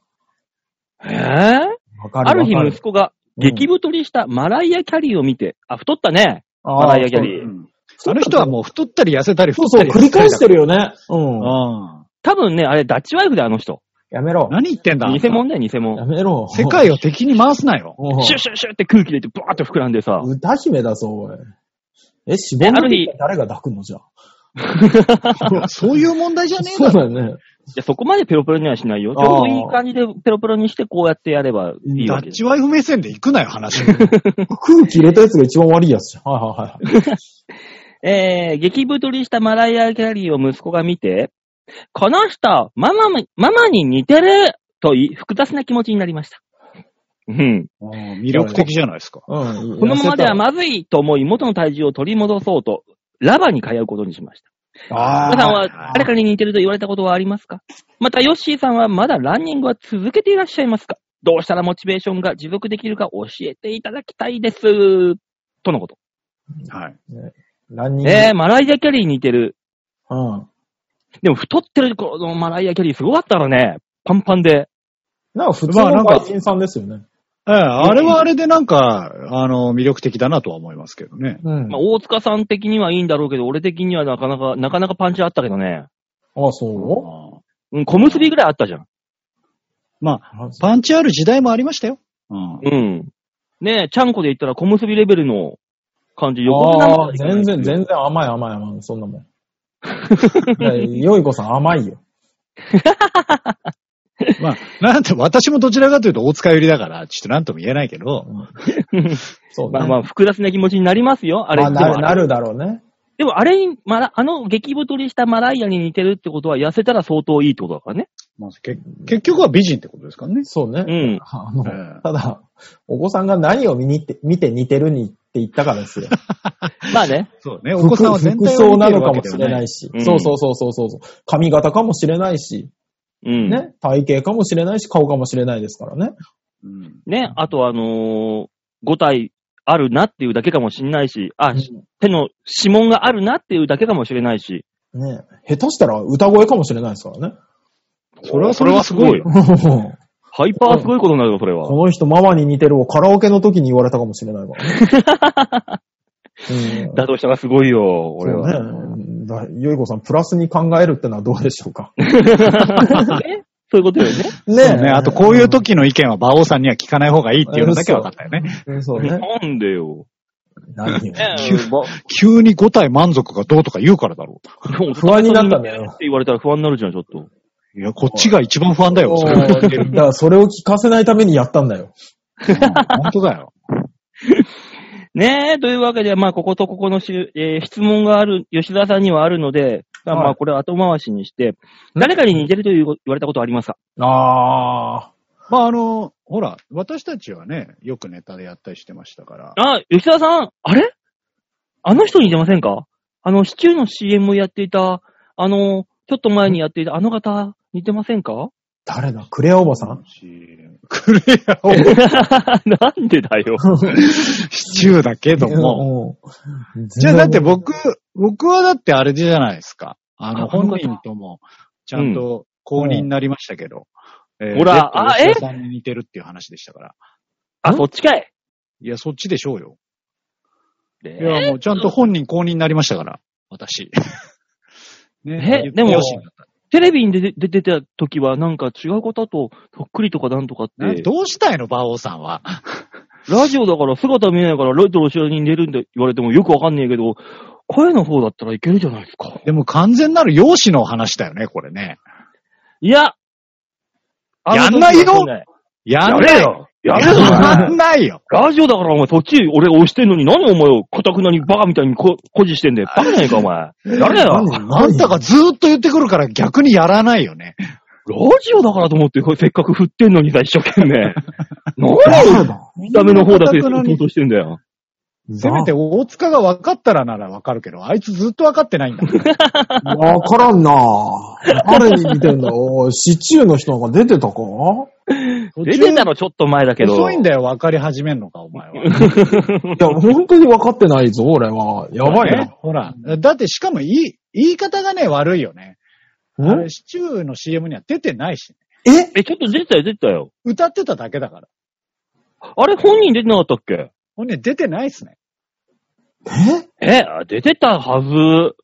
Speaker 2: へえ
Speaker 3: あ、わかる。
Speaker 2: ある日
Speaker 3: わか
Speaker 2: 息子が激太りしたマライア・キャリーを見て、あ、太ったね。マライア・キャ
Speaker 4: う
Speaker 2: リー。
Speaker 4: んあの人はもう太ったり痩せたり太
Speaker 3: そう
Speaker 4: っ
Speaker 3: そ
Speaker 4: た
Speaker 3: う、
Speaker 4: り
Speaker 3: 繰り返して
Speaker 4: る。
Speaker 3: るよね。うん。
Speaker 4: うん。
Speaker 2: 多分ね、あれ、ダッチワイフだよ、あの人。
Speaker 3: やめろ。
Speaker 4: 何言ってんだあんた
Speaker 2: 偽物だよ、偽物
Speaker 3: や。めろ。
Speaker 4: 世界を敵に回すな
Speaker 3: <laughs>
Speaker 4: よ。
Speaker 3: うん
Speaker 2: シュッシュッシュッって空気出て、ブワーって膨らんでさ。
Speaker 3: 歌姫だぞ、おい。え、死亡
Speaker 2: あ
Speaker 3: の
Speaker 2: る日
Speaker 3: 時誰が抱くのじゃあ。
Speaker 4: そういう問題じゃねえ
Speaker 3: そう
Speaker 4: だろ。
Speaker 3: だよね。
Speaker 2: いや、そこまでペロペロにはしないよ。ち
Speaker 3: あー
Speaker 2: ょうどいい感じでペロペロにして、こうやってやればいい
Speaker 4: ダ
Speaker 2: わけ
Speaker 4: ッ
Speaker 2: です。
Speaker 4: チワイフ目線で行くな
Speaker 3: <laughs>
Speaker 4: よ、話。
Speaker 3: 空気入れたやつが一番悪いやつじ
Speaker 2: <laughs>
Speaker 3: ゃん。はいはいはい。
Speaker 2: えー、激太りしたマライア・キャリーを息子が見て、この人、ママも、ママに似てると言い、複雑な気持ちになりました。うん。
Speaker 4: うん魅力的じゃないですか。
Speaker 3: うん。
Speaker 2: このままでは
Speaker 3: ま、
Speaker 2: まずいと思い、元の体重を取り戻そうと、ラバに通うことにしました。
Speaker 3: あ
Speaker 2: 皆さんは
Speaker 4: あー
Speaker 2: 誰かに似てると言われたことはありますかまた、ヨッシーさんはまだランニングは続けていらっしゃいますかどうしたらモチベーションが持続できるか教えていただきたいです。とのこと。
Speaker 4: はい。
Speaker 3: ランニング。
Speaker 2: えー、マライア・キャリーに似てる。
Speaker 3: うん。
Speaker 2: でも太ってる頃のマライア・キャリーすごかったからね。パンパンで。
Speaker 3: なんか普通の外人さんですよね。
Speaker 4: ええ、あれはあれでなんか、あの、魅力的だなとは思いますけどね。
Speaker 3: うん。
Speaker 2: まあ、大塚さん的にはいいんだろうけど、俺的にはなかなか、なかなかパンチあったけどね。
Speaker 3: あ、そ
Speaker 2: うん、小結びぐらいあったじゃん。
Speaker 4: まあ、
Speaker 3: うあ
Speaker 4: パンチある時代もありましたよ。うん。
Speaker 2: うん。ねえ、ちゃんこで言ったら小結びレベルの感じ、横綱
Speaker 3: あ
Speaker 2: ま
Speaker 3: ー、
Speaker 2: でいかない
Speaker 3: 全然、全然甘い甘い甘い。そん
Speaker 2: <laughs>
Speaker 3: なもん。いやよいこさん甘いよ。
Speaker 4: まあ、 <laughs> なんて、私もどちらかというと大塚寄りだから、ちょっとなんとも言えないけど、
Speaker 3: そうね。
Speaker 2: まあまあ、複雑な気持ちになりますよ。あれ、
Speaker 3: まあ
Speaker 2: でも
Speaker 3: なる
Speaker 2: あ
Speaker 3: な
Speaker 2: れ
Speaker 3: るだろうね。
Speaker 2: でもあれに、まだ、あの激太りしたマライアに似てるってことは、痩せたら相当いいってことだからね。
Speaker 4: まあ、け結局は美人ってことですからね。
Speaker 3: そうね。
Speaker 2: うん。
Speaker 3: あの、
Speaker 4: ええ
Speaker 3: ただ、お子さんが何を見にって見て似てるにって言ったからですよ。
Speaker 2: まあね。
Speaker 4: そう <laughs> ね。お子さんは全
Speaker 3: 服
Speaker 4: 体
Speaker 3: 装
Speaker 4: を見
Speaker 3: な
Speaker 4: てる
Speaker 3: のか
Speaker 4: わけ
Speaker 3: も
Speaker 4: で
Speaker 3: し
Speaker 4: は
Speaker 3: れ
Speaker 4: な。
Speaker 3: ないいし。
Speaker 2: うん
Speaker 3: そうそうそうそうそうそう。髪型かもしれないし、
Speaker 2: うん。ね。
Speaker 3: ね、体型かもしれないし、顔かもしれないですからね。
Speaker 4: うん
Speaker 2: あと、あのー、5体あるなっていうだけかもしれないし、あ、手の指紋があるなっていうだけかもしれないし。
Speaker 3: ね、下手したら歌声かもしれないですからね。 <laughs>
Speaker 4: それはそれはすごいよ。
Speaker 2: ハイパーすごいことになるよ、それは
Speaker 3: こ。の人ママに似てるをカラオケの時に言われたかもしれないからね。
Speaker 4: <laughs>
Speaker 3: うん
Speaker 2: だとしたらすごいよ、俺は。
Speaker 3: そうね。だよいこさん、プラスに考えるってのはどうでしょうか。
Speaker 2: <laughs> ねそういうことよね。
Speaker 3: ね
Speaker 4: <laughs> そうね。あと、こういう時の意見は馬王さんには聞かない方がいいっていうのだけ
Speaker 3: <laughs>
Speaker 4: は分かったよね。
Speaker 3: うんそうね。
Speaker 2: なんでよ。
Speaker 3: 何 <laughs> よ
Speaker 2: ね
Speaker 4: 急
Speaker 2: ま
Speaker 4: 急に5体満足がどうとか言うからだろ
Speaker 2: <laughs>
Speaker 3: 不安になったんだよ
Speaker 2: って言われたら不安になるじゃん、ちょっと。
Speaker 4: う。いや、こっちが一番不安だよ。
Speaker 3: そ
Speaker 4: そうれ
Speaker 3: だからそれを聞かせないためにやったんだよ。
Speaker 4: うん本当だよ。
Speaker 2: ねえ、というわけで、まあ、こことここのしゅ、えー質問がある、吉沢さんにはあるので、まあ
Speaker 3: はい
Speaker 2: まあ、これは後回しにして、誰かに似てるという言われたことありますか
Speaker 3: あ
Speaker 4: まあ、あの、ほら、私たちはね、よくネタでやったりしてましたから。
Speaker 2: あ、吉沢さん、あれあの人に似てませんかあの、シチューの CM をやっていた、あの、ちょっと前にやっていたあの方、似てません <laughs> か
Speaker 3: 誰だクレアおばさん
Speaker 4: クレアを
Speaker 2: なんでだよ。
Speaker 4: シチューだけども。
Speaker 3: も。
Speaker 4: じゃあだって僕、僕はだってあれじゃないですか。あ
Speaker 2: あ
Speaker 4: の、
Speaker 2: 本
Speaker 4: 本
Speaker 2: 当だ
Speaker 4: 人とも、ちゃんと公認になりましたけど、え
Speaker 2: ほらあ
Speaker 4: あ、えさんに似てるっていう話でしたから。
Speaker 2: あ、そっちかい。
Speaker 4: いや、そっちでしょうよ。
Speaker 2: え
Speaker 4: いや、もうちゃんと本人公認になりましたから、私。 <laughs>
Speaker 2: えでも
Speaker 4: よしになった
Speaker 2: テレビに出て出てた時はなんか違う方とそっくりとかなんとかっ
Speaker 4: な
Speaker 2: て、
Speaker 4: どうしたいの、馬王さんは。
Speaker 2: ラジオだから姿見えないからライトの後ろに寝るんで言われてもよくわかんねえけど、声の方だったらいけるじゃないですか。
Speaker 4: でも完全なる容姿の話だよね、これね。
Speaker 2: いや
Speaker 4: やんないのや
Speaker 2: や
Speaker 4: ん
Speaker 2: れ
Speaker 4: ない
Speaker 2: よやれよ
Speaker 4: やんないよ
Speaker 2: <laughs> ラジオだからお前そっち俺が押してんのに何お前をかたくなにバカみたいにこ誇示してんだよ。バカじゃないかお前。やれよラ
Speaker 4: <laughs> あんたがずーっと言ってくるから逆にやらないよね。
Speaker 2: ジオだからと思ってこれせっかく振ってんのにさ、一生懸命。何を見た目の方だけで振とうしてんだよ。
Speaker 4: せめて大塚が分かったらなら分かるけど、あいつずっと分かってないんだ。
Speaker 3: わからんなぁ。誰に見てんだおいシチューの人が出てたかい
Speaker 2: 出てたのちょっと前だけど。
Speaker 4: 遅いんだよ、分かり始めんのか、お前は。
Speaker 3: や、本当に分かってないぞ、俺は。やばい
Speaker 4: ねほら。だってしかもいい、言い方がね、悪いよね。あ
Speaker 3: な。ん
Speaker 4: れシチューの CM には出てないし、
Speaker 3: え
Speaker 2: え、ちょっと出てたよ、出てたよ。
Speaker 4: 歌ってただけだから。
Speaker 2: あれ、本人出てなかったっけ
Speaker 4: ほんで出てないっすね。
Speaker 3: え
Speaker 2: え、あ出てたはず。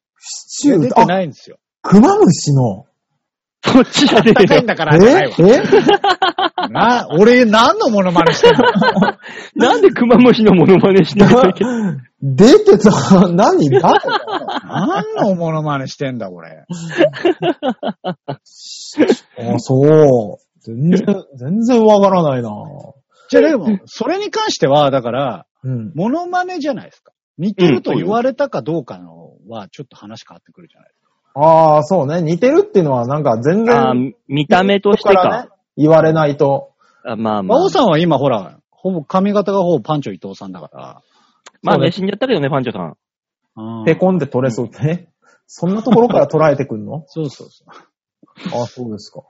Speaker 3: シチュ
Speaker 4: 出
Speaker 3: ー
Speaker 4: て
Speaker 3: あ、
Speaker 4: ないんですよ。
Speaker 3: クマムシの。
Speaker 2: そっちじゃ出て
Speaker 4: 高いん
Speaker 2: た。
Speaker 4: だからじゃない
Speaker 3: え
Speaker 4: わ。
Speaker 3: え
Speaker 4: な、俺何のモノマネしてんの
Speaker 2: なんでクマムシのモノマネしなきゃいけない
Speaker 3: な <laughs> 出てた何誰
Speaker 4: 何のモノマネしてんだ、これ。
Speaker 3: あ、そう。全然、全然わからないな
Speaker 4: じゃあでも、それに関しては、だから、
Speaker 3: うん。
Speaker 4: モノマネじゃないですか。似てると言われたかどうかのは、ちょっと話変わってくるじゃないですか。
Speaker 3: ああ、そうね。似てるっていうのはなんか全然。
Speaker 2: あー見た目として
Speaker 3: 人ら
Speaker 2: か
Speaker 3: ね。。言われないと。
Speaker 2: あまあま
Speaker 4: 馬
Speaker 2: あ
Speaker 4: 王。さんは今ほら、ほぼ髪型がほぼパンチョ伊藤さんだか
Speaker 2: まあ
Speaker 3: そう
Speaker 2: ね、
Speaker 3: ね
Speaker 2: 死んじゃったけどね、ファンチョさん。
Speaker 4: ら。
Speaker 3: ペコンって取れそうってね。そんなところから捉えてく
Speaker 2: <laughs>
Speaker 3: んの
Speaker 4: そうそうそう。
Speaker 3: ああ、そうですか。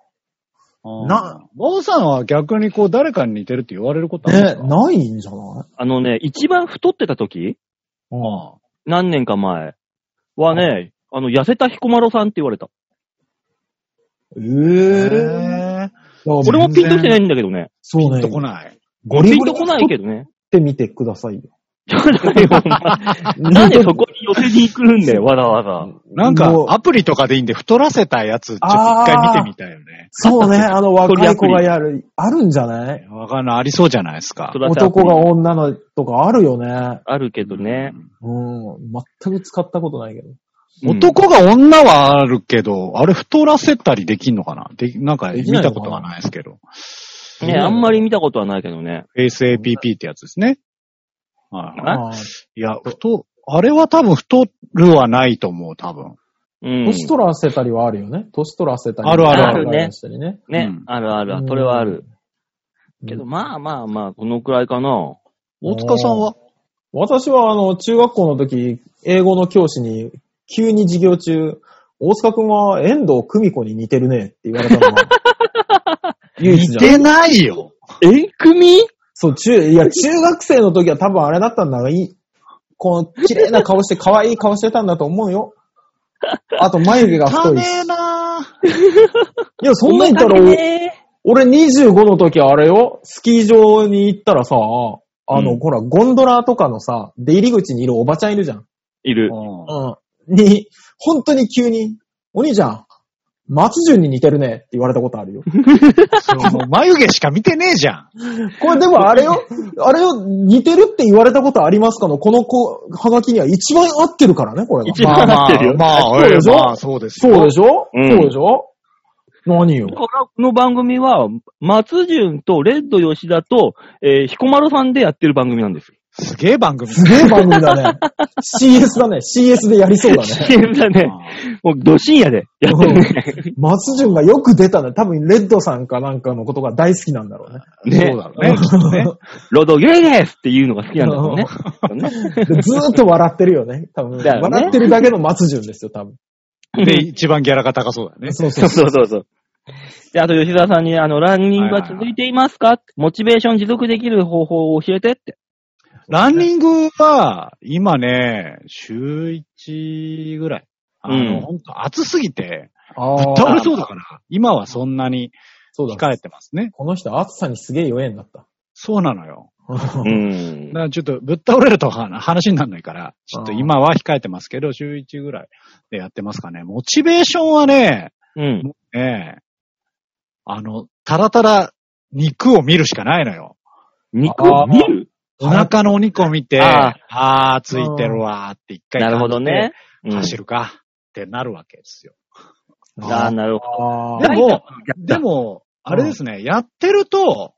Speaker 4: うん
Speaker 3: な、
Speaker 4: 馬王さんは逆にこう、誰かに似てるって言われることあるんです
Speaker 3: え、
Speaker 4: か
Speaker 3: ないんじゃない
Speaker 2: あのね、一番太ってた時
Speaker 3: うん。
Speaker 2: 何年か前はね、あの、痩せた彦摩呂さんって言われた。
Speaker 3: ええ
Speaker 4: え
Speaker 2: 俺もピンとしてないんだけどね。
Speaker 3: そう
Speaker 4: ー、
Speaker 3: ね
Speaker 4: と。こない。
Speaker 3: ゴ
Speaker 2: ピ
Speaker 3: リ
Speaker 2: ン
Speaker 3: ゴリ
Speaker 2: とこないけどね。
Speaker 3: 撮ってみてくださいよ。
Speaker 2: じゃないよ、お前 <laughs> なんでそこに寄せに行くんだよ、わざわざ。
Speaker 4: なんか
Speaker 3: もう、
Speaker 4: アプリとかでいいんで、太らせたやつ、ちょっと一回見てみたいよね。
Speaker 3: そ
Speaker 2: <laughs>
Speaker 3: うね。あの若い子
Speaker 2: 撮
Speaker 3: が
Speaker 2: り
Speaker 3: やる、あるんじゃない
Speaker 4: わかんない。ありそうじゃないですか。
Speaker 3: 男が女のとかあるよね。
Speaker 2: あるけどね。
Speaker 3: うん。全く使ったことないけど。
Speaker 2: うん
Speaker 4: 男が女はあるけど、あれ太らせたりできんのかなできなんか
Speaker 3: で
Speaker 4: 見
Speaker 3: きないのかな
Speaker 4: たことがないですけど。
Speaker 2: ね、あんまり見たことはないけどね。
Speaker 4: フェイス APP ってやつですね。はい
Speaker 2: あ
Speaker 3: ああ
Speaker 4: いや、太、あれは多分太るはないと思う、多分。
Speaker 2: うん。
Speaker 3: 年取らせたりはあるよね。年取らせたり。
Speaker 4: あるあ
Speaker 2: るある
Speaker 3: ね。したりね。
Speaker 2: ね、
Speaker 4: うん
Speaker 2: あるある
Speaker 3: う、ん
Speaker 2: それはある。けど、
Speaker 3: うん
Speaker 2: まあまあまあ、このくらいかな。
Speaker 4: 大塚さんは
Speaker 3: 私は、あの、中学校の時、英語の教師に、急に授業中、大塚くんは遠藤久美子に似てるねって言われたのが、唯一
Speaker 4: 似
Speaker 3: じゃん
Speaker 4: てないよ。
Speaker 2: え、組
Speaker 3: そう、中、いや、中学生の時は多分あれだったんだが、いい。この、綺麗な顔して、可愛い顔してたんだと思うよ。あと、眉毛が
Speaker 4: た
Speaker 3: 太い
Speaker 4: ね
Speaker 3: し。
Speaker 4: えなぁ
Speaker 3: いや、そんなに言ったら、俺25の時あれよ、スキー場に行ったらさ、あの、
Speaker 2: うん
Speaker 3: ほら、ゴンドラとかのさ、出入り口にいるおばちゃんいるじゃん。
Speaker 2: いる。
Speaker 3: うん。に、本当に急に、お兄ちゃん、松潤に似てるねって言われたこと
Speaker 2: <laughs>
Speaker 3: あるよ。
Speaker 4: そうもう眉毛しか見てねえじゃん。
Speaker 3: これでもあれよ、あれよ、似てるって言われたことありますかの、この子、はがきには一番合ってるからね、これが。
Speaker 2: 一番合ってるよ
Speaker 4: まあま
Speaker 3: そう
Speaker 4: あ、え
Speaker 3: で
Speaker 4: え
Speaker 3: しょ
Speaker 4: まあ、そうです
Speaker 3: そう
Speaker 4: よ
Speaker 3: で。しょ、
Speaker 2: うん
Speaker 3: そうでしょ
Speaker 2: <laughs>
Speaker 3: 何よ。
Speaker 2: このこの番組は、松潤とレッド吉田と、えー、彦摩呂さんでやってる番組なんですよ。
Speaker 4: すげえ番組。
Speaker 3: すげえ番組だね。CS だね。CS でやりそうだね。
Speaker 2: CM だね。 <laughs> もう、ど深夜でやってるね。
Speaker 3: 松潤がよく出たね。多分、レッドさんかなんかのことが大好きなんだろうね。
Speaker 2: ね
Speaker 4: そうだろうね、きっとね。
Speaker 2: ロドゲーですっていうのが好きなんだろうね。ね
Speaker 3: でずーっと笑ってるよね。多分、
Speaker 2: だよね
Speaker 3: 笑ってるだけの松潤ですよ、多分。
Speaker 4: で、一番ギャラが高そうだね。
Speaker 3: そう
Speaker 2: <laughs> そ
Speaker 3: そううそう。
Speaker 2: そうそうそう。で、あと吉田さんに、あの、ランニングは続いていますかモチベーション持続できる方法を教えてって。
Speaker 4: ランニングは、今ね、週1ぐらい。あの、
Speaker 2: うん
Speaker 4: 本当暑すぎて、
Speaker 3: あ
Speaker 4: ぶっ
Speaker 3: ー
Speaker 4: 倒れそうだから、今はそんなに
Speaker 3: そうだ。
Speaker 4: 控えてますね。
Speaker 3: この人、暑さにすげえ弱えんだった。
Speaker 4: そうなのよ。
Speaker 3: <laughs>
Speaker 2: うん
Speaker 4: だか。らちょっとぶっ倒れるとは話にならないから、ちょっと今は控えてますけど、週1ぐらいでやってますかね。モチベーションはね、
Speaker 2: うん。
Speaker 4: もうね、あの、たらたら肉を見るしかないのよ。
Speaker 2: 肉を見る
Speaker 4: お腹のお肉を見て、
Speaker 2: あー
Speaker 4: ああー、ついてるわーって一回
Speaker 2: なるほどね。
Speaker 4: 感じて。走
Speaker 2: る。
Speaker 4: るかってなるわけですよ。
Speaker 2: ああ、なるほ
Speaker 3: あ
Speaker 4: で
Speaker 3: ー
Speaker 2: ライ
Speaker 4: も、
Speaker 2: ど。
Speaker 4: でも、あれですね、やってると、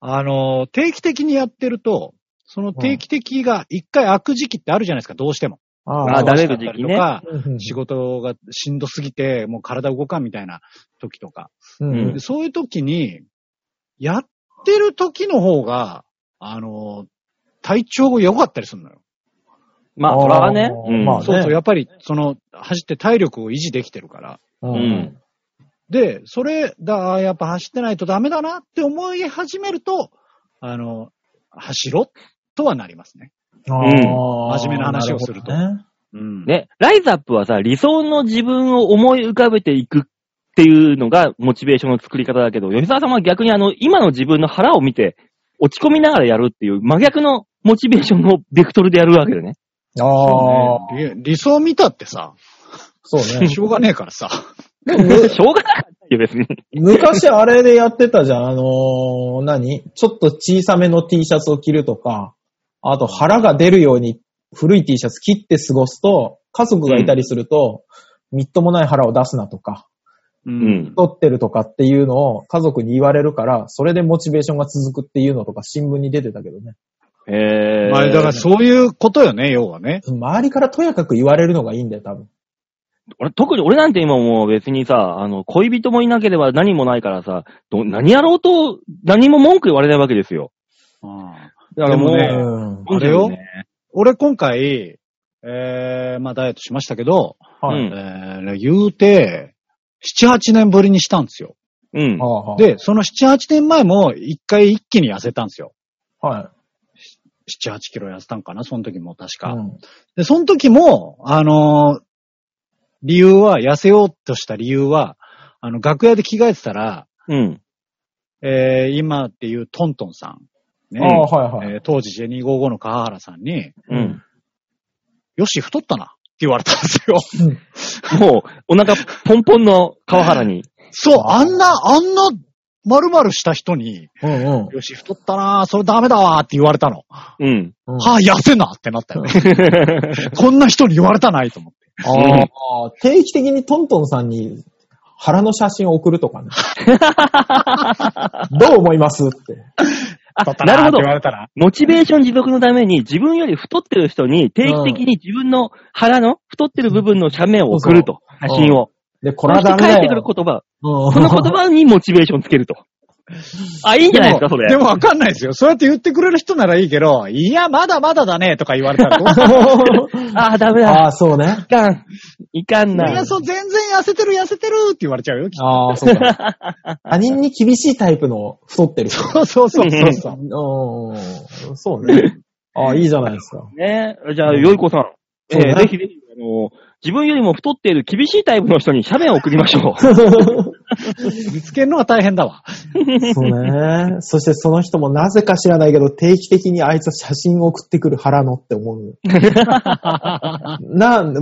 Speaker 4: あの、定期的にやってると、その定期的が一回開く時期ってあるじゃないですか、どうしても。
Speaker 2: あーだ
Speaker 3: あ
Speaker 2: れる時期ね
Speaker 4: とか、
Speaker 3: ー、
Speaker 4: 仕事がしんどすぎて、もう体動かんみたいな時とか。
Speaker 3: うんう
Speaker 2: うん
Speaker 4: でそういう時に、やってる時の方が、あの、体調が良かったりするのよ。
Speaker 2: まあ、
Speaker 3: あー
Speaker 2: それはね。うん
Speaker 3: まあね
Speaker 4: そうそう、やっぱり、その、走って体力を維持できてるから。
Speaker 3: うん
Speaker 2: うん
Speaker 4: で、それだ、やっぱ走ってないとダメだなって思い始めると、あの、走ろとはなりますね。
Speaker 3: あー
Speaker 4: 真面目な話をすると
Speaker 3: なほどね
Speaker 4: うん。
Speaker 2: ね、ライズアップはさ、理想の自分を思い浮かべていくっていうのがモチベーションの作り方だけど、吉沢さんは逆にあの、今の自分の腹を見て、落ち込みながらやるっていう、真逆のモチベーションのベクトルでやるわけだね。
Speaker 3: ああ、
Speaker 4: そうね理理想見たってさ、
Speaker 3: そうね。
Speaker 4: しょうがねえからさ。
Speaker 2: でも、しょうがなかったよ、別に。
Speaker 3: 昔あれでやってたじゃん。あのー何ちょっと小さめの T シャツを着るとか、あと腹が出るように古い T シャツ切って過ごすと、家族がいたりすると、みっともない腹を出すなとか、
Speaker 4: う。
Speaker 2: うんん。
Speaker 3: 太ってるとかっていうのを家族に言われるから、それでモチベーションが続くっていうのとか新聞に出てたけどね。
Speaker 2: えー。
Speaker 4: まあ、だからそういうことよね、要はね。
Speaker 3: 周りからとやかく言われるのがいいんだよ、多分。
Speaker 2: 俺、特に俺なんて今もう別にさ、あの、恋人もいなければ何もないからさ、ど何やろうと何も文句言われないわけですよ。
Speaker 4: うん
Speaker 2: だからもう、
Speaker 4: でもね
Speaker 3: うん。
Speaker 4: あれよ
Speaker 2: そうだね
Speaker 4: 俺今回、えー、まあダイエットしましたけど、
Speaker 3: はい。
Speaker 2: うん
Speaker 4: えー、言うて、7、8年ぶりにしたんですよ。
Speaker 2: うん。
Speaker 3: はあはあ、
Speaker 4: で、その7、8年前も一回一気に痩せたんですよ。
Speaker 3: は
Speaker 4: 7、8キロ痩せたんかな、その時も確
Speaker 3: い。
Speaker 4: か。
Speaker 3: うん
Speaker 4: で、その時も、あのー理由は、痩せようとした理由は、あの、楽屋で着替えてたら、
Speaker 2: うん。
Speaker 4: えー、今っていうトントンさん、
Speaker 3: ああ、
Speaker 4: ね、
Speaker 3: はいはい。
Speaker 4: えー当時ジェニー55の川原さんに、
Speaker 2: うん。
Speaker 4: よし、太ったなって言われたんですよ。 <laughs>
Speaker 2: もう、お腹ポンポンの川原に。
Speaker 4: そう、あんな、あんな、丸々した人に、
Speaker 3: うんうん
Speaker 4: よし、太ったなそれダメだわって言われたの。
Speaker 2: うん。
Speaker 3: うん。
Speaker 4: はあ、痩せなってなったよね。
Speaker 3: <laughs>
Speaker 4: こんな人に言われたないと思って。
Speaker 3: ああ、定期的にトントンさんに腹の写真を送るとかね。どう思いますって。
Speaker 2: あ
Speaker 4: 太った
Speaker 2: なるほ
Speaker 4: なーって
Speaker 2: ど
Speaker 4: 言。われたら。
Speaker 2: モチベーション持続のために、自分より太ってる人に、定期的に自分の腹の太ってる部分の斜面を送ると。
Speaker 3: う
Speaker 2: 写真を。
Speaker 3: で、こ
Speaker 2: こ
Speaker 3: れはダメ
Speaker 2: 返っ
Speaker 3: だ
Speaker 2: てくる
Speaker 3: よ。
Speaker 2: 言葉、
Speaker 3: うん
Speaker 2: この言葉にモチベーションつけると。あ、いいんじゃないですか、それ。
Speaker 4: でもわかんないですよ。そうやって言ってくれる人ならいいけど、いや、まだまだだね、とか言われたらどうする
Speaker 2: あ、ダメだ。
Speaker 3: ああ、そうね
Speaker 2: い。かん。いかん
Speaker 4: い
Speaker 2: な
Speaker 4: や、。そう、全然痩せてる、痩せてるって言われちゃうよ、きっと。
Speaker 3: ああ、そうか。他人に厳しいタイプの太ってる人。
Speaker 4: そうそうそうそう
Speaker 3: う
Speaker 4: そう。
Speaker 3: ん、そうね。ああ、いいじゃないですか。
Speaker 2: ねじゃあ、よいこさん。え
Speaker 3: そうね
Speaker 2: ー
Speaker 3: <laughs>
Speaker 2: ぜひぜひ、あの、自分よりも太っている厳しいタイプの人に斜面を送りましょう。
Speaker 4: 見つけるのは大変だわ。
Speaker 3: そうね。そしてその人もなぜか知らないけど、定期的にあいつは写真を送ってくる腹のって思う。な、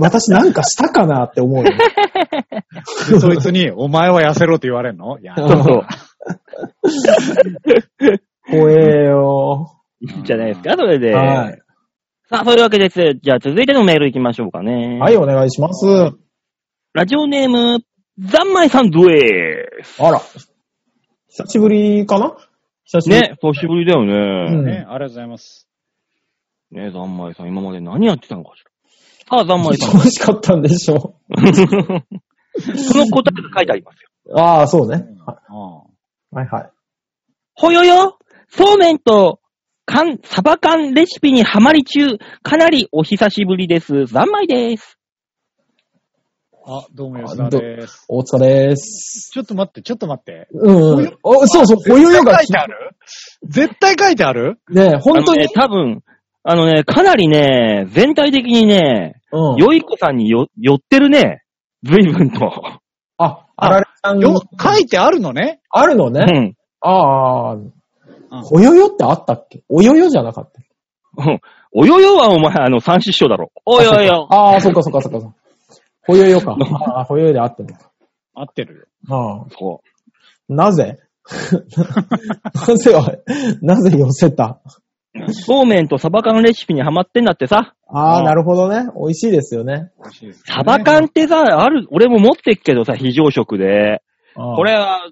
Speaker 3: 私なんかしたかなって思うよ。
Speaker 4: でそいつに、お前は痩せろって言われるのいや、
Speaker 2: そうそう。
Speaker 3: 怖えよ。
Speaker 2: い <laughs> いんじゃないですか、それで。
Speaker 3: はい。
Speaker 2: さあ、そういうわけです。じゃあ、続いてのメール行きましょうかね。
Speaker 3: はい、。お願いします。
Speaker 2: ラジオネーム、ざんまいさんどえ
Speaker 3: あら。久しぶりかな久しぶり。
Speaker 2: ね、久しぶりだよね。
Speaker 4: ね、ありがとうございます。
Speaker 2: ね、ざんまいさん、今まで何やってたのかしら。さあ、ざんまい <laughs> さん。
Speaker 3: 楽しかったんでしょ
Speaker 2: その答えが書いてありますよ。
Speaker 3: う。ああ、そうね。は
Speaker 4: うん
Speaker 3: いはい。
Speaker 2: ほよよそうめんと、缶、サバ缶レシピにハマり中、かなりお久しぶりです。ざんまいです。
Speaker 4: あ、どうも、吉田です。
Speaker 3: お疲れです。
Speaker 4: ちょっと待って、ちょっと待って。
Speaker 3: うん。おそうそう、ほよよが
Speaker 4: 書いてある絶対書いてある
Speaker 3: ね、本当
Speaker 2: あの
Speaker 3: に
Speaker 2: ね、。多分、あのね、かなりね、全体的にね、
Speaker 3: うん。
Speaker 2: よいこさんによ、寄ってるね。随分と。
Speaker 3: あ、あられさん
Speaker 4: よ、書いてあるのね。
Speaker 3: あるの
Speaker 2: う
Speaker 3: ね。
Speaker 2: ん。
Speaker 3: ああ、およよってあったっけおよよじゃなかったっけ
Speaker 2: うんおよよはお前、あの、三師匠だろ。およよ。
Speaker 4: <laughs>
Speaker 3: ああ、そっかそっかそっかそっか。ほよよか。ああ、ほよよであってんのか。
Speaker 4: 合ってるよ。
Speaker 3: ああ、
Speaker 2: <laughs> そ
Speaker 3: な
Speaker 4: <laughs>
Speaker 3: ぜなぜは、なぜ寄せた
Speaker 2: う。そうめんとサバ缶レシピにハマってんだってさ。
Speaker 3: あ
Speaker 4: う
Speaker 3: あ、
Speaker 4: ん
Speaker 3: なるほどね。美味しいですよね。
Speaker 2: サバ缶ってさ、ある、俺も持ってっけどさ、非常食で。
Speaker 3: こ
Speaker 2: これは、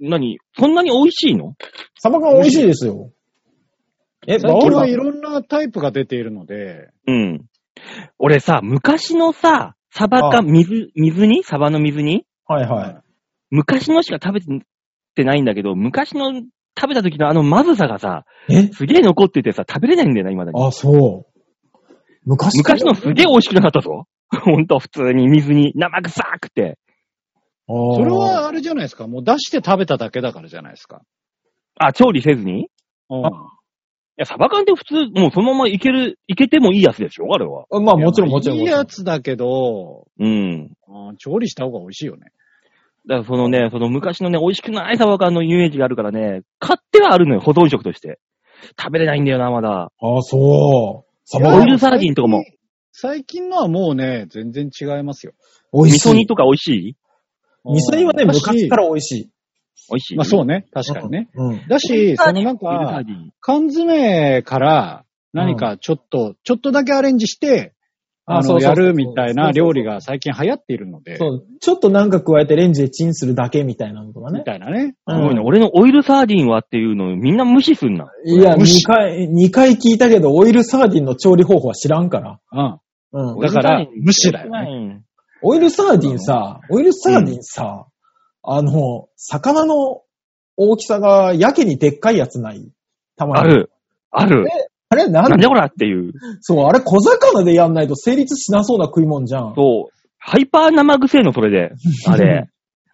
Speaker 2: 何そんなに美味しいの
Speaker 3: サバ缶美味しいですよ。え、
Speaker 4: 最
Speaker 3: バオ
Speaker 4: 近
Speaker 3: さ
Speaker 4: はい
Speaker 3: ん。
Speaker 4: ろんなタイプが出ているので、
Speaker 2: うん。俺さ、昔のさ、サバ
Speaker 3: あ
Speaker 2: 缶、水、水煮サバの水煮
Speaker 3: はいはい。
Speaker 2: 昔のしか食べてないんだけど、昔の食べた時のあのまずさがさ、
Speaker 3: え
Speaker 2: すげえ残っててさ、食べれないんだよな、今だに。
Speaker 3: あ、そう。昔
Speaker 2: 昔のすげえ
Speaker 3: あ
Speaker 2: 美味しくなかったぞ。 <laughs> ほんと、普通に水に生臭くて。
Speaker 3: あ
Speaker 4: それはあれじゃないですか。もう出して食べただけだからじゃないですか。
Speaker 2: あ、調理せずにい
Speaker 4: うん
Speaker 2: や、サバ缶って普通、もうそのままいける、いけてもいいやつでしょあれは。
Speaker 3: まあもちろんもちろん。
Speaker 4: いやまあいいやつだけど、
Speaker 2: うん。
Speaker 4: うん調理した方が美味しいよね。
Speaker 2: だからそのね、その昔のね、美味しくないサバ缶のイメージがあるからね、買ってはあるのよ、保存食として。食べれないんだよな、まだ。
Speaker 3: ああ、そう。サバ
Speaker 2: オイ
Speaker 3: 缶
Speaker 2: ルサーディンとかも
Speaker 4: 最近。最近のはもうね、全然違いますよ。
Speaker 3: 美
Speaker 2: 味
Speaker 3: 味し
Speaker 2: 噌煮
Speaker 3: い。
Speaker 2: とか美味しい
Speaker 3: 味噌煮はね、
Speaker 4: うん
Speaker 3: 昔から美味しい。
Speaker 2: 美味しい。
Speaker 4: まあそうね、確かにね。
Speaker 3: うん。
Speaker 4: だし、そのなん
Speaker 2: オイルサ
Speaker 4: か
Speaker 2: ー、ディン。
Speaker 4: 缶詰から何かちょっと、ちょっとだけアレンジして、あ
Speaker 3: そ
Speaker 4: の、
Speaker 3: うそうそ
Speaker 4: や
Speaker 3: う
Speaker 4: るみたいな料理。が最近流行っているので、
Speaker 3: そう。ちょっとなんか加えてレンジでチンするだけみたいなのとか
Speaker 4: み
Speaker 3: ね。
Speaker 4: たいなね。
Speaker 3: う
Speaker 2: す
Speaker 3: ん
Speaker 2: ごいな。俺のオイルサーディンはっていうのをみんな無視すんな。
Speaker 3: いや、
Speaker 4: 無視
Speaker 3: 2回、二回聞いたけど、オイルサーディンの調理方法は知らんから。
Speaker 4: うん。
Speaker 3: うん。
Speaker 4: だか
Speaker 2: オイル
Speaker 4: ら
Speaker 2: サーディン
Speaker 4: 無視だよね
Speaker 2: うん
Speaker 3: オイルサーディンさ、オイルサーディンさ、あの、魚の大きさがやけにでっかいやつないたまに。
Speaker 2: あ。る。ある。
Speaker 3: あれなん
Speaker 2: なん
Speaker 3: で
Speaker 2: じゃこらっていう。
Speaker 3: そう、あれ小魚でやんないと成立しなそうな食い物じゃん。
Speaker 2: そう。ハイパー生臭いの、それ
Speaker 3: <laughs>
Speaker 2: で。あれ。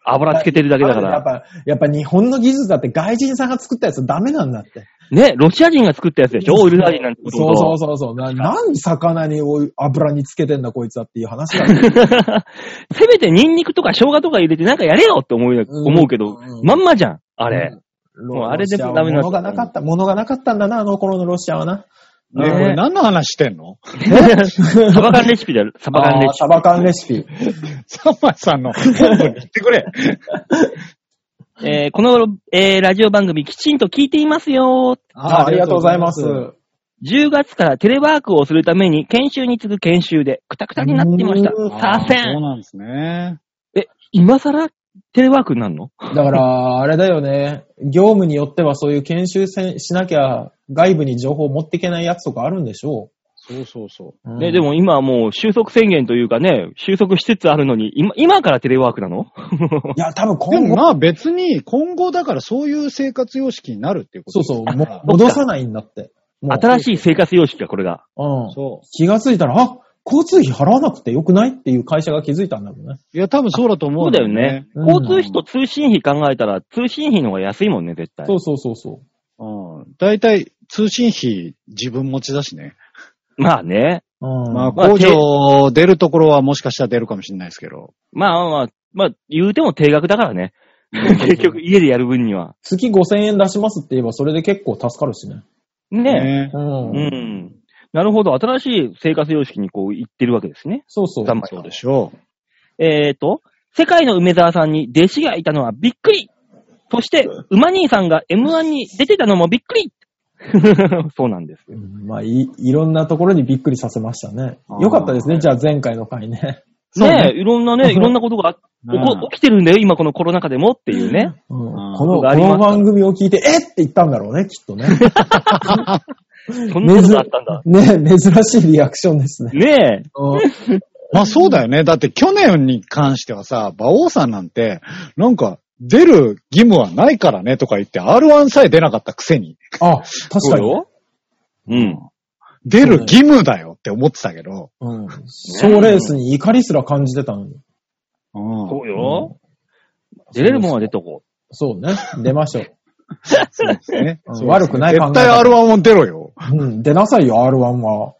Speaker 2: 油つけてるだけだか
Speaker 3: や <laughs> っ
Speaker 2: ら。
Speaker 3: ぱ、やっぱ日本の技術だって外人さんが作ったやつダメなんだって。
Speaker 2: ね、ロシア人が作ったやつでしょオイルサーディンなんてこと
Speaker 3: そうそう
Speaker 2: と。
Speaker 3: そうそう。ななんで魚におい油につけてんだこいつはっていう
Speaker 2: <laughs>
Speaker 3: 話だ
Speaker 2: <laughs> せめてニンニクとか生姜とか入れてなんかやれよって思う思うけど、まんまじゃん。あれ。もうあれでもダメなんだ
Speaker 3: 物がなかった、物がなかったんだな、あの頃のロシアはな。
Speaker 4: ね、
Speaker 2: ね
Speaker 4: これ何の話してんの <laughs>
Speaker 2: <laughs>
Speaker 3: <laughs>
Speaker 2: サバ缶レシピだよ。サバ缶レ
Speaker 3: あー
Speaker 2: シ
Speaker 3: サバ缶レ
Speaker 2: <laughs>
Speaker 3: シピ。
Speaker 4: サンマさんの本部に行ってくれ。
Speaker 2: ピ。えーこの頃、えーラジオ番組きちんと聞いていますよ。
Speaker 3: あーありがとうございます。
Speaker 2: 10月からテレワークをするために研修に次ぐ研修でクタクタになっていました
Speaker 3: う。ーん
Speaker 2: さあせ。
Speaker 4: そうんなんですね。
Speaker 2: 今更テレワークになるの
Speaker 3: だから、あれだよね。業務によってはそういう研修せんしなきゃ外部に情報を持っていけないやつとかあるんでしょ。
Speaker 4: そうそうそう
Speaker 2: ね、で
Speaker 3: も。
Speaker 2: も今はもう収束宣言というかね、収束しつつあるのに、今今からテレワークなの
Speaker 3: いや、多分
Speaker 4: う。で
Speaker 3: 今
Speaker 4: も
Speaker 3: 後、
Speaker 4: まあ別に今後だからそういう生活様式になるっていうこと
Speaker 3: そう
Speaker 4: です
Speaker 3: そう、
Speaker 4: から
Speaker 3: も戻さないんだって。もう
Speaker 2: 新しい生活様式か、これが。
Speaker 3: うん。
Speaker 4: そ
Speaker 3: 気がついたら、あ、交通費払わなくてよくないっていう会社が気づいたんだろうね。
Speaker 4: う。いや多分そうだと思
Speaker 2: そううんだよね。
Speaker 3: うん
Speaker 2: 交通費と通信費考えたら、通信費の方が安いもんね、絶対。
Speaker 3: そうそうそうそう。
Speaker 4: うん。大体通信費自分持ちだしね。
Speaker 2: まあね。
Speaker 3: うん。
Speaker 4: まあ
Speaker 2: まあ
Speaker 4: 工場出るところはもしかしたら出るかもしれないですけど。
Speaker 2: まあまあまあ、まあ、言うても定額だから <laughs> ね。結局家でやる分には。
Speaker 3: 月5000円出しますって言えばそれで結構助かるしね。
Speaker 2: ね
Speaker 4: ね
Speaker 3: う
Speaker 2: え。
Speaker 3: ん。
Speaker 2: うん。なるほど。新しい生活様式にこう行ってるわけですね。
Speaker 3: そうそう。
Speaker 2: 頑張
Speaker 4: そうでしょう。
Speaker 2: えーと、世界の梅沢さんに弟子がいたのはびっくりそして、馬兄さんが M1 に出てたのもびっくり <laughs> そうなんです。
Speaker 3: うんまあい、いろんなところにびっくりさせましたね
Speaker 4: あ。ー
Speaker 3: よかったですね。じゃあ前回の回ね。
Speaker 4: そうね
Speaker 2: ねえ、いろんなね、いろんなことがあ <laughs> 起こ起きてるんだよ、今このコロナ禍でもっていうね。
Speaker 3: うん
Speaker 4: あー
Speaker 3: この、
Speaker 2: よく
Speaker 3: こ
Speaker 2: あります
Speaker 3: の番組を聞いて、えっって言ったんだろうね、きっ <laughs> とね。
Speaker 2: そんなことがあったんだ。
Speaker 3: ね珍しいリアクションですね。
Speaker 2: ねえ。
Speaker 3: <laughs> う
Speaker 4: まあそうだよね。だって去年に関してはさ、馬王さんなんて、なんか、出る義務はないからねとか言って、R1 さえ出なかったくせに、
Speaker 3: んあ、確かに。
Speaker 2: うん。
Speaker 4: 出る義務だよって思ってたけど。
Speaker 3: うん。賞レースに怒りすら感じてたのに。
Speaker 4: うん
Speaker 2: そうよ。出れるもんは出とこ
Speaker 3: そうね。出ましょう。
Speaker 4: <laughs> そうですね
Speaker 3: うん悪くない考え
Speaker 4: 絶対
Speaker 3: 方
Speaker 4: R1 も出ろよ。
Speaker 3: うん。出なさいよ、R1 は。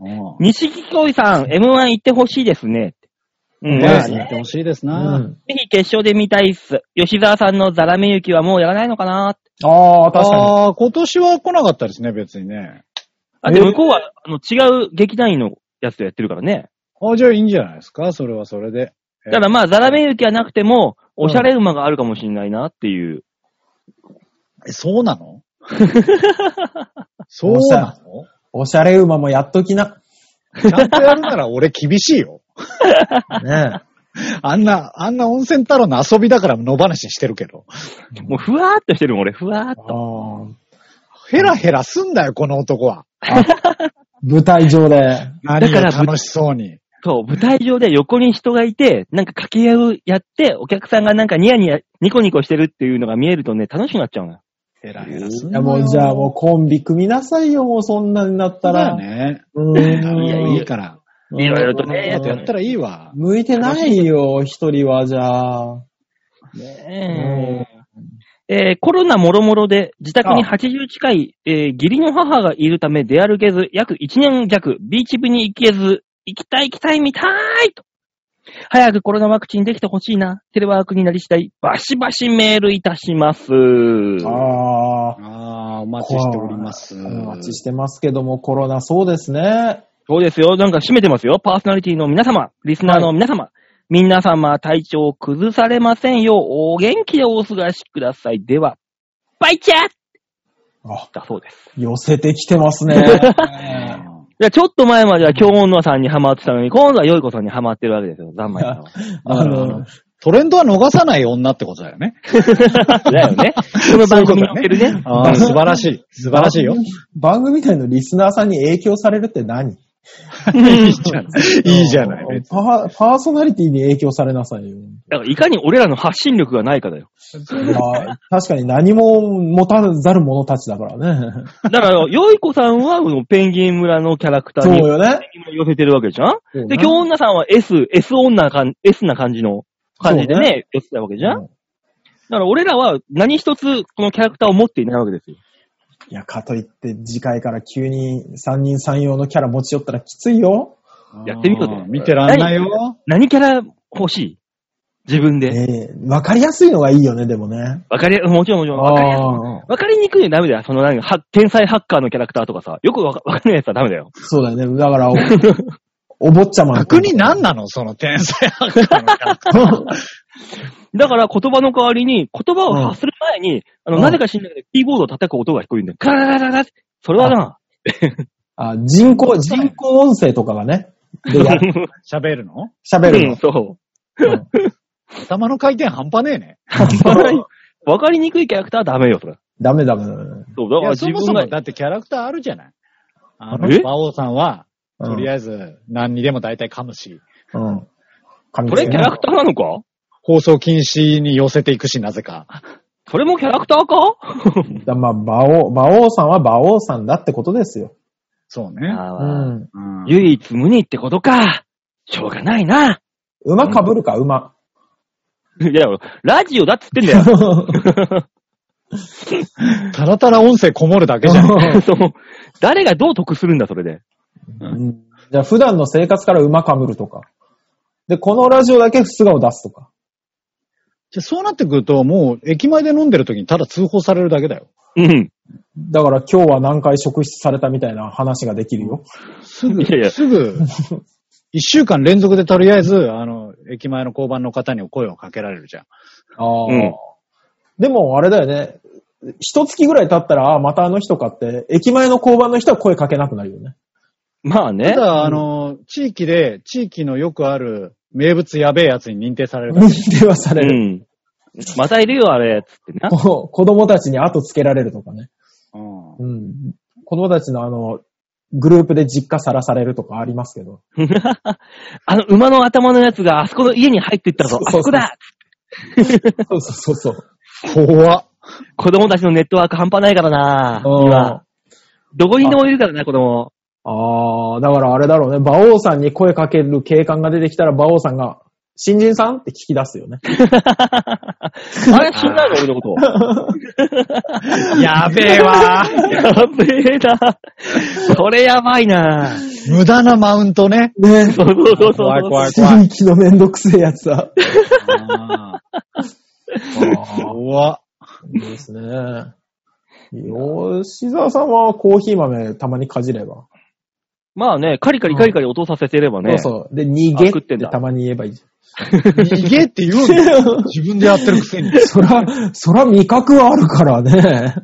Speaker 4: うん
Speaker 2: 西木恋さん、M1 行ってほしいですね。うん。
Speaker 4: ね
Speaker 2: ぜ
Speaker 3: すね
Speaker 4: やってほしいです
Speaker 3: う
Speaker 4: な。
Speaker 3: ん。
Speaker 2: ひ決勝で見たいっす。吉沢さんのザラメユキはもうやらないのかなって
Speaker 3: ああ、確かに。
Speaker 4: ああ、今年は来なかったですね、別にね。
Speaker 2: あ、で、向こうは、あの、違う劇団員のやつとやってるからね。
Speaker 4: あじゃあいいんじゃないですか、それはそれで。えー
Speaker 2: ただまあ、ザラメユキはなくても、おしゃれ馬があるかもしれないなっていう。
Speaker 4: えそうなのそうなの
Speaker 3: おしゃれ馬もやっときな。
Speaker 4: ちゃんとやるなら俺厳しいよ。
Speaker 3: ね
Speaker 4: あんな、あんな温泉太郎の遊びだから野放しにしてるけど。
Speaker 2: もう、ふわーっとしてるもん、俺。ふわーっ
Speaker 3: あ
Speaker 2: と。
Speaker 3: あ
Speaker 4: ヘラヘラすんだよ、この男は。
Speaker 3: 舞台上で。
Speaker 4: 何
Speaker 2: だ
Speaker 4: が
Speaker 2: から
Speaker 4: 楽しそうに。
Speaker 2: そう、舞台上で横に人がいて、なんか掛け合うやって、お客さんがなんかニヤニヤ、ニコニコしてるっていうのが見えるとね、楽しくなっちゃうのよ。
Speaker 4: ヘラヘラすん
Speaker 3: い
Speaker 4: だ
Speaker 3: や
Speaker 4: よ。
Speaker 3: もうじゃあもう
Speaker 4: う、
Speaker 3: コンビ組みなさいよ、もうそんなになったら。
Speaker 4: だらね。
Speaker 3: うん。
Speaker 4: い
Speaker 2: や
Speaker 4: や、
Speaker 2: い
Speaker 4: い
Speaker 2: や
Speaker 4: いから。
Speaker 2: いろいろとね
Speaker 4: や
Speaker 2: や
Speaker 4: っ
Speaker 2: って
Speaker 4: たらいいわ。
Speaker 3: 向いてないよ、一人は、じゃあ。
Speaker 2: ねえ。えーコロナもろもろで、自宅に80近い、えー義理の母がいるため出歩けず、約1年弱、ビーチ部に行けず、行きたい行きたい見たいと。早くコロナワクチンできてほしいな。テレワークになり次第、バシバシメールいたします。
Speaker 3: ああ。
Speaker 4: ああ、お待ちしております。
Speaker 3: お待ちしてますけども、コロナそうですね。
Speaker 2: そうですよ。なんか締めてますよ。パーソナリティの皆様、リスナーの皆様、皆様体調を崩されませんよう、お元気でお過ごしください。では、バイチャー
Speaker 3: あ、
Speaker 2: だそうです。
Speaker 3: 寄せてきてます
Speaker 4: <laughs>
Speaker 3: ね。
Speaker 4: うん
Speaker 2: いや、ちょっと前までは京女さんにハマってたのに、今度は良い子さんにハマってるわけですよ。ざんまいさんは。
Speaker 3: あ
Speaker 4: だからあ
Speaker 3: の
Speaker 4: の、トレンドは逃さない女ってことだよね。
Speaker 2: だよ <laughs> ね。この番組に乗ってるね。
Speaker 4: あー素晴らしい。素晴らしいよ。い
Speaker 3: 番組内のリスナーさんに影響されるって何
Speaker 4: いじゃない。いいじゃない。別
Speaker 3: パーパーソナリティに影響されなさいよ。
Speaker 2: だからいかに俺らの発信力がないかだよ。
Speaker 3: <laughs> まあ確かに何も持たざる者たちだか
Speaker 2: <laughs>
Speaker 3: らね。
Speaker 2: だから、良い子さんは、このペンギン村のキャラクター
Speaker 3: そう
Speaker 2: に
Speaker 3: よね。
Speaker 2: 寄せてるわけじゃん
Speaker 3: そう
Speaker 2: で、
Speaker 3: ね
Speaker 2: 京女さんは S、S 女かん、S な感じの感じで
Speaker 3: そう
Speaker 2: ね、寄ってたわけじゃん、
Speaker 3: うん
Speaker 2: だから俺らは何一つこのキャラクターを持っていないわけですよ。
Speaker 3: いや、かといって次回から急に三人三様のキャラ持ち寄ったらきついよ。
Speaker 4: に
Speaker 2: やってみろと
Speaker 4: あー見てらんないよ。
Speaker 2: 何キャラ欲しい自分で。
Speaker 3: ええわかりやすいのがいいよね、でもね。
Speaker 2: わかり、もちろんもちろん。わかりやすい。
Speaker 3: ああ、
Speaker 2: わかりにくいのダメだよ。その何は天才ハッカーのキャラクターとかさ、よくわかわかんないやつはダメだ
Speaker 4: <laughs>
Speaker 2: よ。
Speaker 3: そうだよね。だから、おお坊ちゃまの
Speaker 4: 逆に何なのその天才ハッカーのキャラクター <laughs>
Speaker 2: だから言葉の代わりに、言葉を発する前に、あの、
Speaker 3: うん
Speaker 2: なぜか知んないけど、キーボードを叩く音が聞こえるんだよ。カララララそれはな、
Speaker 3: あ人工、人工音声とかがね、でや
Speaker 4: 喋るの
Speaker 3: 喋る
Speaker 2: う
Speaker 3: の
Speaker 2: ん、。そう。
Speaker 4: 頭の回転半端ねえね。
Speaker 2: わかりにくいキャラクターはダメよ、それ。
Speaker 3: ダメダメ。
Speaker 2: そう、だ
Speaker 4: い
Speaker 2: から
Speaker 4: や
Speaker 2: 自
Speaker 4: そ
Speaker 2: 分が。
Speaker 4: もそもだってキャラクターあるじゃない。あの、
Speaker 2: え
Speaker 4: 馬王さんは、
Speaker 3: うん
Speaker 4: とりあえず何にでも大体噛むし、
Speaker 3: うん。噛
Speaker 2: そ
Speaker 3: みつけ
Speaker 2: れ
Speaker 3: ね
Speaker 2: キャラクターなのか
Speaker 4: 放送禁止に寄せていくし、なぜか。
Speaker 2: それもキャラクターか
Speaker 3: だまあ、馬王、馬王さんは馬王さんだってことですよ。
Speaker 4: そうね。
Speaker 3: う
Speaker 2: あー
Speaker 3: ん。
Speaker 4: うん
Speaker 2: 唯一無二ってことか。しょうがないな。
Speaker 3: 馬かぶるか、馬。
Speaker 2: いや、ラジオだっつってん
Speaker 4: <laughs>
Speaker 2: だよ。
Speaker 4: たらたら音声こもるだけじゃん。
Speaker 2: その誰がどう得するんだ、それで。
Speaker 3: うんじゃあ、普段の生活から馬かぶるとか。で、このラジオだけ素顔出すとか。
Speaker 4: じゃそうなってくると、もう駅前で飲んでる時にただ通報されるだけだよ。
Speaker 2: うん。
Speaker 3: だから今日は何回職質されたみたいな話ができるよ。
Speaker 4: すぐ、
Speaker 2: いやいや
Speaker 4: すぐ、一週間連続でとりあえず、あの、駅前の交番の方に声をかけられるじゃん。
Speaker 3: ああ
Speaker 2: うん
Speaker 3: でも、あれだよね。一月ぐらい経ったら、ああ、またあの人かって、駅前の交番の人は声かけなくなるよね。
Speaker 2: まあね
Speaker 4: た。だ、あの、地域で、地域のよくある名物やべえやつに認定されるから。
Speaker 3: 認定はさ
Speaker 2: う
Speaker 3: れる。
Speaker 2: ん。またいるよ、あれ、つってな。 <laughs>
Speaker 3: こう子供たちに後つけられるとかね。
Speaker 4: うん
Speaker 3: うん。子供たちのあの、グループで実家さらされるとかありますけど。
Speaker 2: あの、馬の頭のやつがあそこの家に入っていったぞ。あそ
Speaker 3: そ
Speaker 2: うこ
Speaker 3: そうそう
Speaker 2: だ
Speaker 3: そうそうそうそう。
Speaker 4: 怖っ。
Speaker 2: 子供たちのネットワーク半端ないからな。今。どこにでもいるからな、子供。
Speaker 3: ああー、だからあれだろうね。馬王さんに声かける警官が出てきたら、馬王さんが、新人さんって聞き出すよね。
Speaker 2: あれ、死んだよ、俺のこと。
Speaker 4: やべえわ。
Speaker 2: やべえな。それやばいな。
Speaker 4: 無駄なマウントね。
Speaker 3: ね
Speaker 2: そうそうそうそう。
Speaker 4: 怖い怖い怖い。
Speaker 3: 地域のめんどくせえやつだ。
Speaker 4: あー怖っ
Speaker 3: いいですね。吉沢さんはコーヒー豆たまにかじれば。
Speaker 2: まあね、カリカリカリカリ音させてればね。
Speaker 3: そうそう。で、逃げ
Speaker 2: あ食っ
Speaker 3: ってて
Speaker 2: んだ
Speaker 3: たまに言えばいいじ
Speaker 4: 逃げって言うんだよ。自分でやってるくせに
Speaker 3: ゃ。ん。そら、そら味覚はあるからね。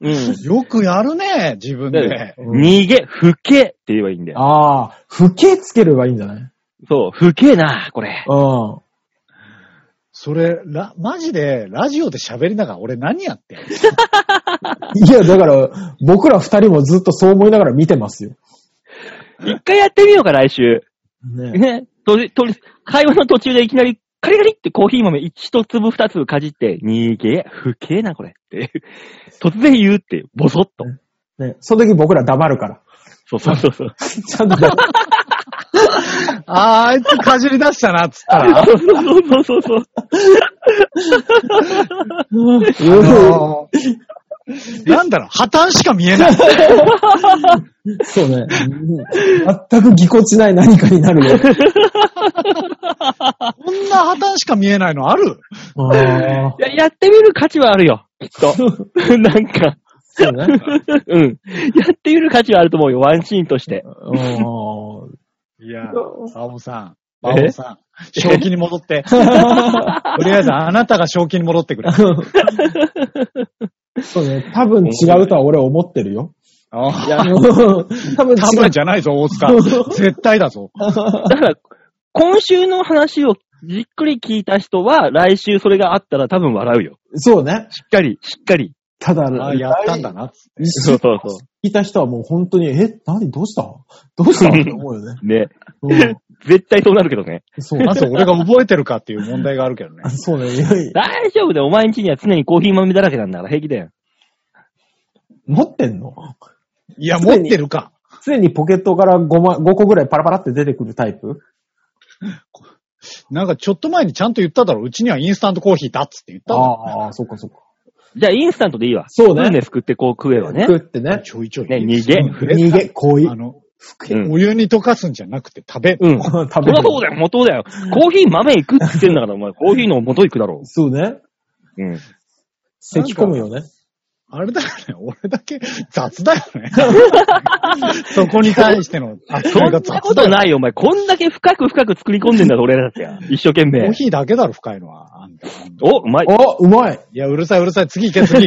Speaker 2: う。うん。
Speaker 4: よくやるね、自分で。
Speaker 3: うん
Speaker 2: 逃げ、ふけって言えばいいんだよ。
Speaker 3: ああ、ふけつければいいんじゃない
Speaker 2: そう、ふけえな、これ。
Speaker 3: うん。
Speaker 4: それ、ラ、マジで、ラジオで喋りながら俺何やってんの
Speaker 3: いや、だから、僕ら二人もずっとそう思いながら見てますよ。
Speaker 2: 一回やってみようか、来週。
Speaker 3: ね
Speaker 2: ね。とり、とり、会話の途中でいきなり、カリカリってコーヒー豆一粒二粒かじって、逃げ、ふけえな、これ。って。突然言うっていう、ボソッと。
Speaker 3: ねその時僕ら黙るから。
Speaker 2: そうそうそうそう。
Speaker 3: ちゃんと黙る。
Speaker 4: あーあいつかじり出したな、っつったら。
Speaker 2: そうそうそうそうそう。
Speaker 4: <laughs> あのーなんだろう、破綻しか見え <laughs> ない。
Speaker 3: そうね。全くぎこちない何かになるよ。
Speaker 4: こんな破綻しか見えないのある
Speaker 3: ああ
Speaker 2: い。や、やってみる価値はあるよ、きっと。 <laughs> なんか、
Speaker 3: そうね。
Speaker 2: うん。やってみる価値はあると思うよ、ワンシーンとして。
Speaker 3: うん
Speaker 4: いや
Speaker 3: ー
Speaker 4: バオさん、バ
Speaker 3: え
Speaker 4: オさん、正気に戻って。とりあえず、あなたが正気に戻って <laughs> くれ。
Speaker 3: そうね。多分違うとは俺は思ってるよ。
Speaker 4: あ
Speaker 3: 多分
Speaker 4: 多
Speaker 3: 違
Speaker 4: 分
Speaker 3: う。
Speaker 4: じゃないぞ、大 <laughs> 塚。絶対だぞ。
Speaker 2: だから、今週の話をじっくり聞いた人は、来週それがあったら多分笑うよ。
Speaker 3: そうね。
Speaker 2: しっかり、しっかり。
Speaker 3: ただ、
Speaker 4: あやったんだな。
Speaker 2: そうそうそ
Speaker 3: 聞いた人はもう本当に、え、何どうしたどうしたって思うよね。
Speaker 2: う。ね。
Speaker 3: うん
Speaker 2: 絶対そうなるけどね。
Speaker 3: そう。
Speaker 4: まず俺が覚えてるかっていう問題があるけどね。
Speaker 3: そうね。いやいや
Speaker 2: 大丈夫だよ。お前ん家には常にコーヒー豆だらけなんだから平気だよ。
Speaker 3: 持ってんの
Speaker 4: いや、持ってるか。
Speaker 3: 常にポケットから 5, ま5個ぐらいパラパラって出てくるタイプ
Speaker 4: なんかちょっと前にちゃんと言っただろ。うちにはインスタントコーヒーだっつって言っただ
Speaker 3: ああ、そっかそっか。
Speaker 2: じゃあ、インスタントでいいわ。
Speaker 3: そう
Speaker 2: スプ
Speaker 3: ね
Speaker 2: ーンですくってこう食えばね。
Speaker 3: 食って
Speaker 4: ろ。
Speaker 3: ね。
Speaker 4: ちょいちょい。
Speaker 2: ね、逃げ。
Speaker 3: 逃げ、こうい
Speaker 4: あの、
Speaker 2: うん。
Speaker 4: お湯に溶かすんじゃなくて食べる。
Speaker 2: うん。そ
Speaker 3: 食べ
Speaker 2: り
Speaker 3: る
Speaker 2: ゃそうだよ、元だよ。コーヒー豆行くって言ってんだから、お前、コーヒーの元行くだろ
Speaker 3: そうね。
Speaker 2: う。うん。
Speaker 3: 咳込むよね。
Speaker 4: あれだよね。俺だけ雑だよ
Speaker 2: <laughs>
Speaker 4: ね。 <laughs> そこに対しての
Speaker 2: そ
Speaker 4: 扱
Speaker 2: んな
Speaker 4: いが
Speaker 2: こ
Speaker 4: 雑だ
Speaker 2: と
Speaker 4: よ。
Speaker 2: ないよ、お前。こんだけ深く深く作り込んでんだぞ、俺らだって。一生懸
Speaker 4: コ
Speaker 2: 命
Speaker 4: ー。ヒーだけだろ、深いのは。あんたい
Speaker 2: お、うまい。
Speaker 3: あ、うまい。
Speaker 4: や、うるさい、うるさい。次行け、次。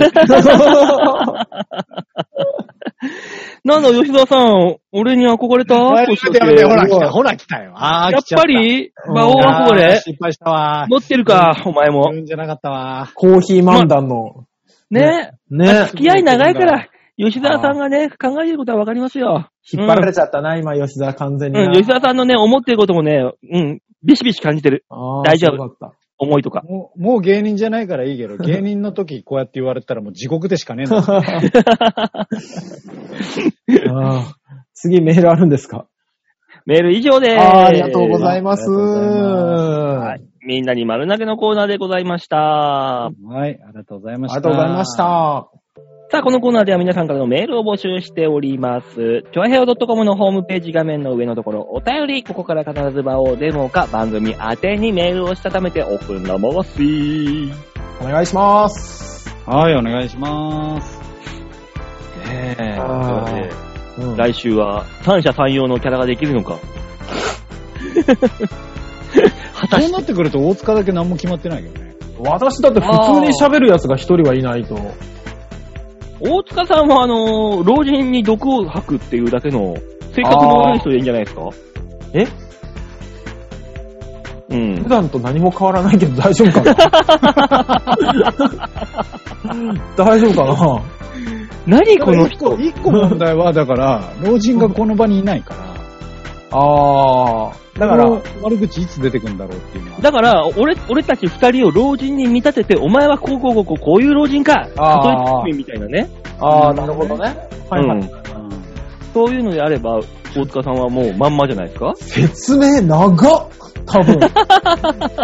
Speaker 2: なんだ、吉沢さん、俺に憧れた
Speaker 4: やめてやめて、ほら来た、ほら来たよ。あー、
Speaker 2: やっ
Speaker 4: 来ちゃ
Speaker 2: ぱ
Speaker 4: た
Speaker 2: り、魔
Speaker 3: お
Speaker 2: 王
Speaker 4: あー
Speaker 2: 憧れ
Speaker 4: 失敗したわ。
Speaker 2: 持ってるか、お前も
Speaker 4: 自。分じゃなかったわ。
Speaker 3: コーヒー漫談の。
Speaker 2: ね。
Speaker 3: ね。
Speaker 2: 付き合い長いから、吉沢さんがね、考えてることはわかりますよ。
Speaker 3: 引っ張られちゃったな、今、吉沢完全に
Speaker 2: う
Speaker 3: な。
Speaker 2: ん、吉沢さんのね、思ってることもね、うん、ビシビシ感じてる。
Speaker 3: あー
Speaker 2: 大丈夫
Speaker 3: そうだっ
Speaker 2: 思いとか。
Speaker 4: もう、もう芸人じゃないからいいけ
Speaker 2: <laughs>
Speaker 4: ど、芸人の時こうやって言われたらもう地獄でしかねえんだよ。
Speaker 3: た <laughs> あー次メールあるんですか
Speaker 2: メール以上でーす。
Speaker 3: あーありがとうございま
Speaker 4: あ
Speaker 3: す。
Speaker 4: りがとうござい
Speaker 2: は
Speaker 3: あ
Speaker 2: い。みんなに丸投げのコーナーでございました。
Speaker 4: はい、ありがとうございま
Speaker 3: り
Speaker 4: した。
Speaker 3: がとうございまし。た。
Speaker 2: さあ、このコーナーでは皆さんからのメールを募集しております。ちょあへお .com のホームページ画面の上のところ、お便り、ここから必ず場をデモか番組宛てにメールをしたためておくんのもすい。
Speaker 3: お願いします。
Speaker 4: はい、お願いします。
Speaker 2: ねえ
Speaker 3: あー
Speaker 2: というこ
Speaker 3: うん
Speaker 2: とで来週は三者三様のキャラができるの <laughs> か。果た
Speaker 4: そう
Speaker 2: し
Speaker 4: なってくると大塚だけ何も決まってないけどね。
Speaker 3: 私だって普通に喋るやつが一人はいないと。
Speaker 2: 大塚さんはあのー老人に毒を吐くっていうだけの、性格の悪い人でいいんじゃないですかえうん
Speaker 3: 普。段と何も変わらないけど大丈夫か
Speaker 4: <laughs>
Speaker 3: な大丈夫か
Speaker 2: 何この人
Speaker 4: 一個一個問題は、だから、老人がこの場にいないから、
Speaker 3: なあー。だか
Speaker 4: こ
Speaker 3: ら
Speaker 4: の、悪口いつ出てくんだろうっていうのは。
Speaker 2: だから、俺、俺たち二人を老人に見立てて、お前はこうこうこうこう、こういう老人か、例え
Speaker 3: あー
Speaker 2: ツッコミみたいなね、
Speaker 3: ああ、なるほどね。はいはい。
Speaker 2: うんそういうのであれば、大塚さんはもうまんまじゃないですか
Speaker 3: 説明長っ多
Speaker 4: <laughs>
Speaker 3: 分。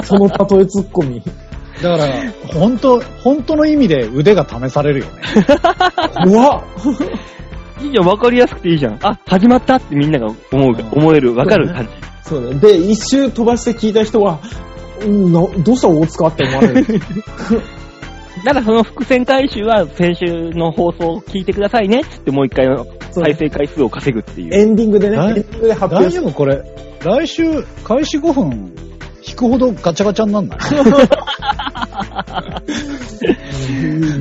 Speaker 3: その例えツッコミ。
Speaker 4: だから、本当本当の意味で腕が試されるよね。
Speaker 3: 怖っ
Speaker 2: いいじゃん、わかりやすくていいじゃん。あ、始まったってみんなが思うが、
Speaker 3: うん
Speaker 2: 思える、わかる感じ。
Speaker 3: そうだね。で、一周飛ばして聞いた人は、うんなどうした大塚って思わ
Speaker 4: <laughs>
Speaker 3: れる。
Speaker 2: だからその伏線回収は先週の放送を聞いてくださいねっつってもう一回の再生回数を稼ぐっていう。
Speaker 3: エンディングでね、
Speaker 4: だ
Speaker 3: エン
Speaker 4: い
Speaker 3: ディングで発表
Speaker 4: 大
Speaker 3: し
Speaker 4: 丈夫これ、来週、開始5分、引くほどガチャガチャになんない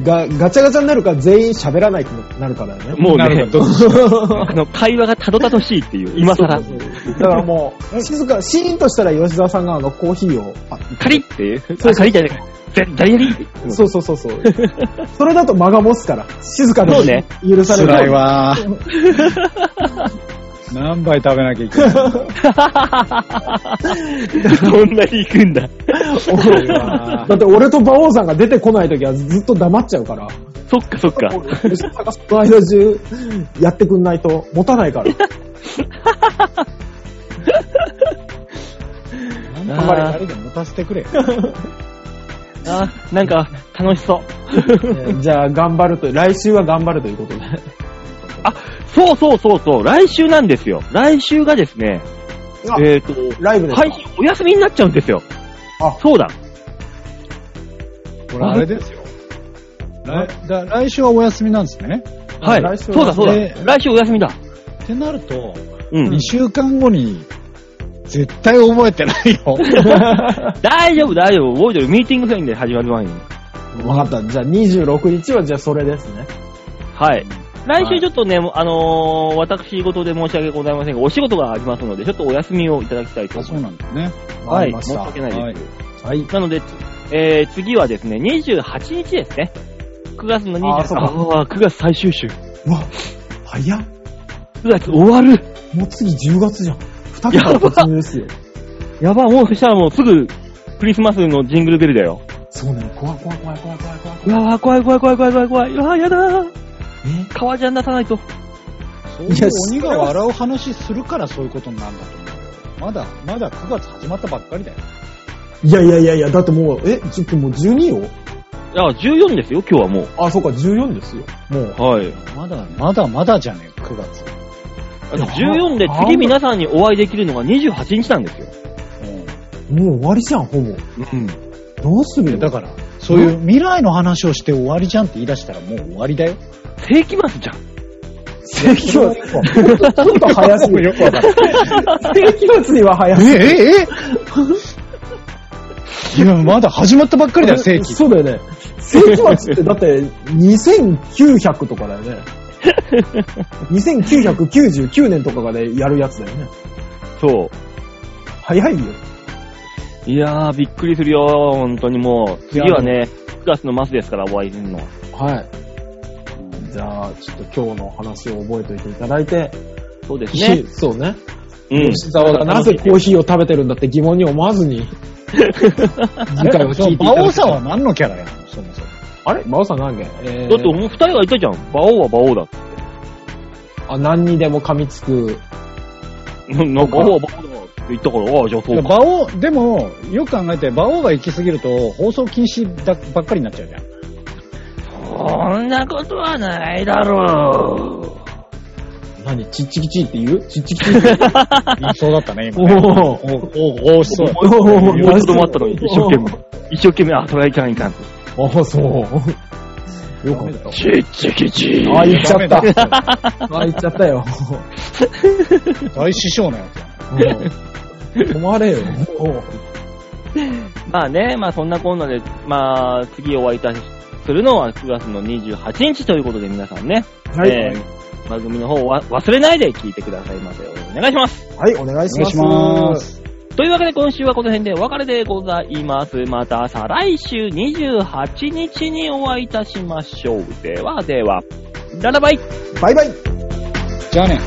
Speaker 3: がガチャガチャになるか全員喋らないとなるからね。
Speaker 2: もう
Speaker 4: なる
Speaker 2: ね
Speaker 4: ほ、ど
Speaker 2: <laughs> あの会話がたどたどしいって <laughs> いう、今更。
Speaker 3: そうそうそうだからも <laughs> う、静か、シーンとしたら吉沢さんがあのコーヒーを、あ
Speaker 2: カリって
Speaker 3: そうそう
Speaker 2: あカリじゃないか。ぜダリダリって <laughs>
Speaker 3: そうそうそうそう。 <laughs> それだと間が持つから、静かで
Speaker 2: そうね
Speaker 3: 許される。
Speaker 4: 辛いわー <laughs> 何杯食べなきゃいけない
Speaker 2: そんなに行く <laughs> んだ。
Speaker 3: 多いわ <laughs> だって俺と馬王さんが出てこないときはずっと黙っちゃう <laughs> から。
Speaker 2: <laughs> そっかそっか。
Speaker 3: 吉沢がその間中やってくんないと持たないから。
Speaker 4: 何杯誰でも持たせてくれよ。
Speaker 2: あ、なんか楽しそう。
Speaker 3: <laughs> じゃあ頑張ると、来週は頑張るということで。
Speaker 2: あ、そうそうそうそう、来週なんですよ。来週がですね、
Speaker 3: あ
Speaker 2: えっ、ー、
Speaker 3: ライブ
Speaker 2: と、
Speaker 3: ですか
Speaker 2: 配信お休みになっちゃうんですよ。
Speaker 3: あ
Speaker 2: そうだ。
Speaker 4: これあれですよ。来だ来週はお休みなんですね。
Speaker 2: は
Speaker 3: 来
Speaker 2: い。
Speaker 3: 週
Speaker 2: そ
Speaker 3: は
Speaker 2: うだそうだ。
Speaker 4: ね
Speaker 2: 来週お休みだ。
Speaker 4: ってなると、
Speaker 2: うん。
Speaker 4: 2週間後に、絶対覚えてないよ。
Speaker 2: 大丈夫大丈夫。覚えてる。ミーティングするんで始まる前に。
Speaker 3: わかった。じゃあ26日はじゃあそれですね。
Speaker 2: はい。来週ちょっとね、あのー、私事で申し訳ございませんが、お仕事がありますので、ちょっとお休みをいただきたいと
Speaker 4: あ、
Speaker 2: 思いま
Speaker 4: そうなんですね。
Speaker 2: す。
Speaker 3: わかり
Speaker 2: は
Speaker 3: ま
Speaker 2: い。
Speaker 3: し。
Speaker 2: 申した訳ないです。
Speaker 4: はい。
Speaker 3: はい。
Speaker 2: なので、つえー、次はですね、28日ですね。9月の
Speaker 3: あー
Speaker 2: 28
Speaker 3: そ
Speaker 2: 日。
Speaker 3: うか
Speaker 2: あー、9月最終週。
Speaker 3: うわ、早っ。
Speaker 2: 9月終わる。
Speaker 3: もう次10月じゃん。2桁突入 <laughs> ですよ。
Speaker 2: やば、もうそしたらもうすぐ、クリスマスのジングルベルだよ。
Speaker 3: そうね。怖い怖い怖い怖い怖い怖い。
Speaker 2: うわー怖い怖い怖い怖い怖い怖い。うわーやだー。
Speaker 3: え
Speaker 2: 革ジャン出さないと。
Speaker 4: そう
Speaker 3: い
Speaker 4: い
Speaker 3: や
Speaker 4: う鬼が笑う話するからそういうことになるんだと思うよ。まだ、まだ9月始まったばっかりだよ。
Speaker 3: いやいやいやいや、だってもう、え、ちょっともう12よ
Speaker 2: いや、14ですよ、今日はもう。
Speaker 3: あ、そうか、14ですよ。もう。
Speaker 2: はい。
Speaker 4: まだ、まだまだじゃねえ、9月。
Speaker 2: あと14で次皆さんにお会いできるのが28日なんですよ。
Speaker 3: もう終わりじゃん、ほ
Speaker 2: う
Speaker 3: ぼ。
Speaker 2: ん。
Speaker 3: どうす
Speaker 4: うん
Speaker 3: る
Speaker 4: いや
Speaker 3: よ。
Speaker 4: だから、そういう未来の話をして終わりじゃんって言い出したらもう終わりだよ。
Speaker 2: 世紀末じゃん。
Speaker 3: 世紀末。ちょっと早すぎる。
Speaker 4: わかる。
Speaker 3: 世紀末には早
Speaker 4: え
Speaker 3: す
Speaker 4: えええいや、まだ始まったばっかりだよ、
Speaker 3: ぎ
Speaker 4: 正
Speaker 3: る。
Speaker 4: 規。
Speaker 3: そうだよね。世紀末ってだって2900とかだよね。2999年とかがね、やるやつだよね。
Speaker 2: そ
Speaker 3: 早いよ。
Speaker 2: う。いやー、びっくりするよー、本当にもう。次はね、9月の末ですから、お会いするの。
Speaker 3: はい。じゃあ、ちょっと今日の話を覚えておいていただいて、
Speaker 2: そうですね。
Speaker 3: そうね。
Speaker 2: うん。
Speaker 3: 吉沢がなぜコーヒーを食べてるんだって疑問に思わずに、次回は聞いていた
Speaker 4: 馬
Speaker 3: だ
Speaker 4: 王
Speaker 3: き
Speaker 4: さ
Speaker 3: た
Speaker 4: ん
Speaker 3: い
Speaker 4: は何のキャラやのそもそも。
Speaker 3: あれ馬王さん何件えー
Speaker 2: だって、もう二人がいたじゃん。馬王は馬王だ。
Speaker 3: あ、何にでも噛みつく。
Speaker 2: なんか、馬王は馬王だって言ったから、ああ、じゃあそうか。
Speaker 4: 馬王、でも、よく考えて、馬王が行き過ぎると、放送禁止だばっかりになっちゃうじゃん。
Speaker 2: そんなことはないだろう。
Speaker 3: 何ちっちきちいって言うちっちきちいって
Speaker 4: 言いそうだったね、
Speaker 3: 言
Speaker 4: 今ね。
Speaker 3: うおー
Speaker 4: おおおしそう。
Speaker 3: お
Speaker 2: もうちょっと待ったのに、一生懸命。一生懸命、あ、それはいかんいかん。
Speaker 3: あ、そう。よかった。
Speaker 2: ちっちきち。
Speaker 3: あ、言っちゃった。
Speaker 4: ダメだ
Speaker 3: あ、言っちゃったよ。
Speaker 4: 大師匠のやつや
Speaker 3: うん止まれよ。
Speaker 2: まあね、まあそんなこんなで、まあ次お会いいたしするのは9月の28日ということで皆さんね、
Speaker 3: はい
Speaker 2: えー番組の方をわ忘れないで聞いてくださいませ。お願いします。
Speaker 3: はい、お願い
Speaker 4: お
Speaker 3: し
Speaker 4: 願
Speaker 3: ま
Speaker 4: い
Speaker 3: す。
Speaker 4: します。
Speaker 2: というわけで今週はこの辺でお別れでございます。また再来週28日にお会いいたしましょう。ではでは、ララバイ
Speaker 3: バイバイ。
Speaker 4: じゃあね。